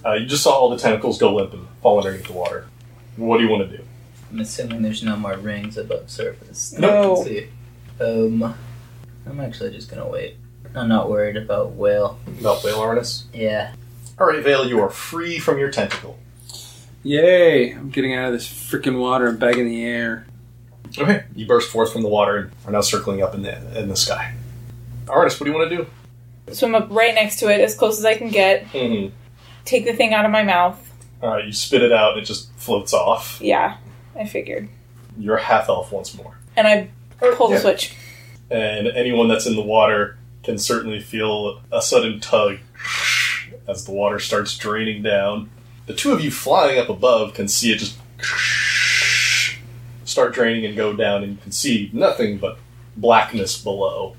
[SPEAKER 1] uh, you just saw all the tentacles go limp and fall underneath the water. What do you want to do?
[SPEAKER 4] I'm assuming there's no more rings above surface. that
[SPEAKER 5] No.
[SPEAKER 4] I can see. Um, I'm actually just gonna wait. I'm not worried about whale.
[SPEAKER 1] Melt Whale Arnis?
[SPEAKER 4] Yeah.
[SPEAKER 1] All right, Vale, you are free from your tentacle.
[SPEAKER 6] Yay! I'm getting out of this freaking water and back in the air.
[SPEAKER 1] Okay. You burst forth from the water and are now circling up in the in the sky. Artist, what do you want to do?
[SPEAKER 5] Swim up right next to it as close as I can get.
[SPEAKER 1] Mm-hmm.
[SPEAKER 5] Take the thing out of my mouth.
[SPEAKER 1] All right, you spit it out and it just floats off.
[SPEAKER 5] Yeah, I figured.
[SPEAKER 1] You're half elf once more,
[SPEAKER 5] And I pull the
[SPEAKER 1] yeah.
[SPEAKER 5] switch.
[SPEAKER 1] and anyone that's in the water can certainly feel a sudden tug as the water starts draining down. The two of you flying up above can see it just start draining and go down, and you can see nothing but blackness below.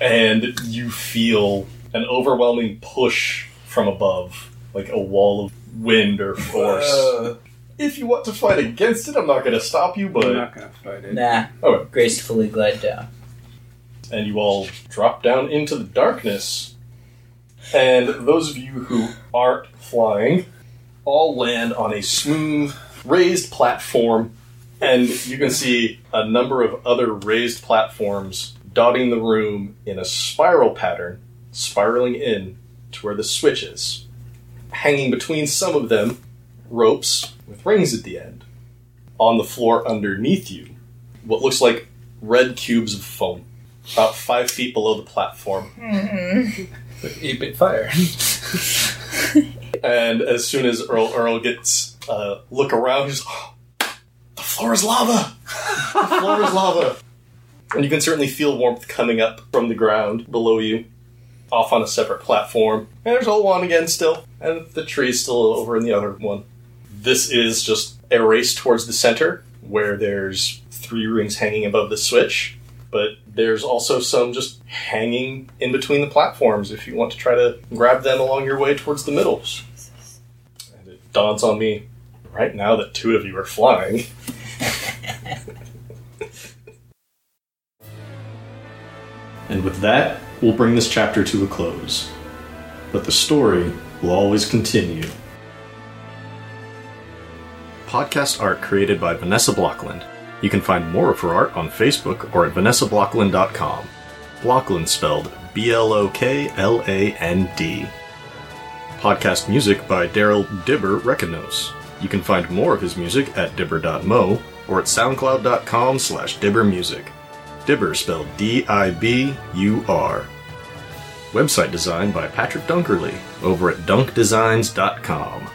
[SPEAKER 1] And you feel an overwhelming push from above, like a wall of wind or force.
[SPEAKER 6] Uh.
[SPEAKER 1] if you want to fight against it, I'm not going to stop you,
[SPEAKER 6] I'm
[SPEAKER 1] but.
[SPEAKER 6] not gonna fight it.
[SPEAKER 4] Nah.
[SPEAKER 1] Okay.
[SPEAKER 4] Gracefully glide down.
[SPEAKER 1] And you all drop down into the darkness. And those of you who aren't flying all land on a smooth, raised platform. And you can see a number of other raised platforms dotting the room in a spiral pattern, spiraling in to where the switch is. Hanging between some of them, ropes with rings at the end. On the floor underneath you, what looks like red cubes of foam, about five feet below the platform.
[SPEAKER 6] Eight bit fire.
[SPEAKER 1] And as soon as Earl Earl gets uh, look around, he's "Oh, the floor is lava. the floor is lava. And you can certainly feel warmth coming up from the ground below you, off on a separate platform. And there's old one again still, and the tree's still over in the other one. This is just a race towards the center, where there's three rings hanging above the switch, but there's also some just hanging in between the platforms if you want to try to grab them along your way towards the middles. And it dawns on me right now that two of you are flying. and with that, we'll bring this chapter to a close. But the story will always continue. Podcast art created by Vanessa Blockland. You can find more of her art on Facebook or at vanessablockland.com. Blockland spelled B L O K L A N D. Podcast music by Daryl Dibber Reconos. You can find more of his music at dibber.mo or at soundcloud.com slash dibbermusic. Dibber spelled D-I-B-U-R. Website design by Patrick Dunkerley over at dunkdesigns.com.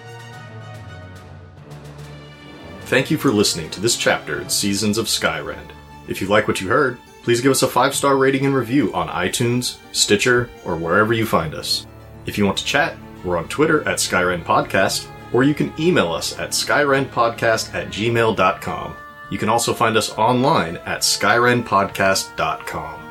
[SPEAKER 1] Thank you for listening to this chapter in Seasons of Skyrend. If you like what you heard, please give us a five-star rating and review on iTunes, Stitcher, or wherever you find us. If you want to chat, we're on Twitter at Skyren Podcast, or you can email us at skyrenpodcast at gmail.com. You can also find us online at skyrenpodcast.com.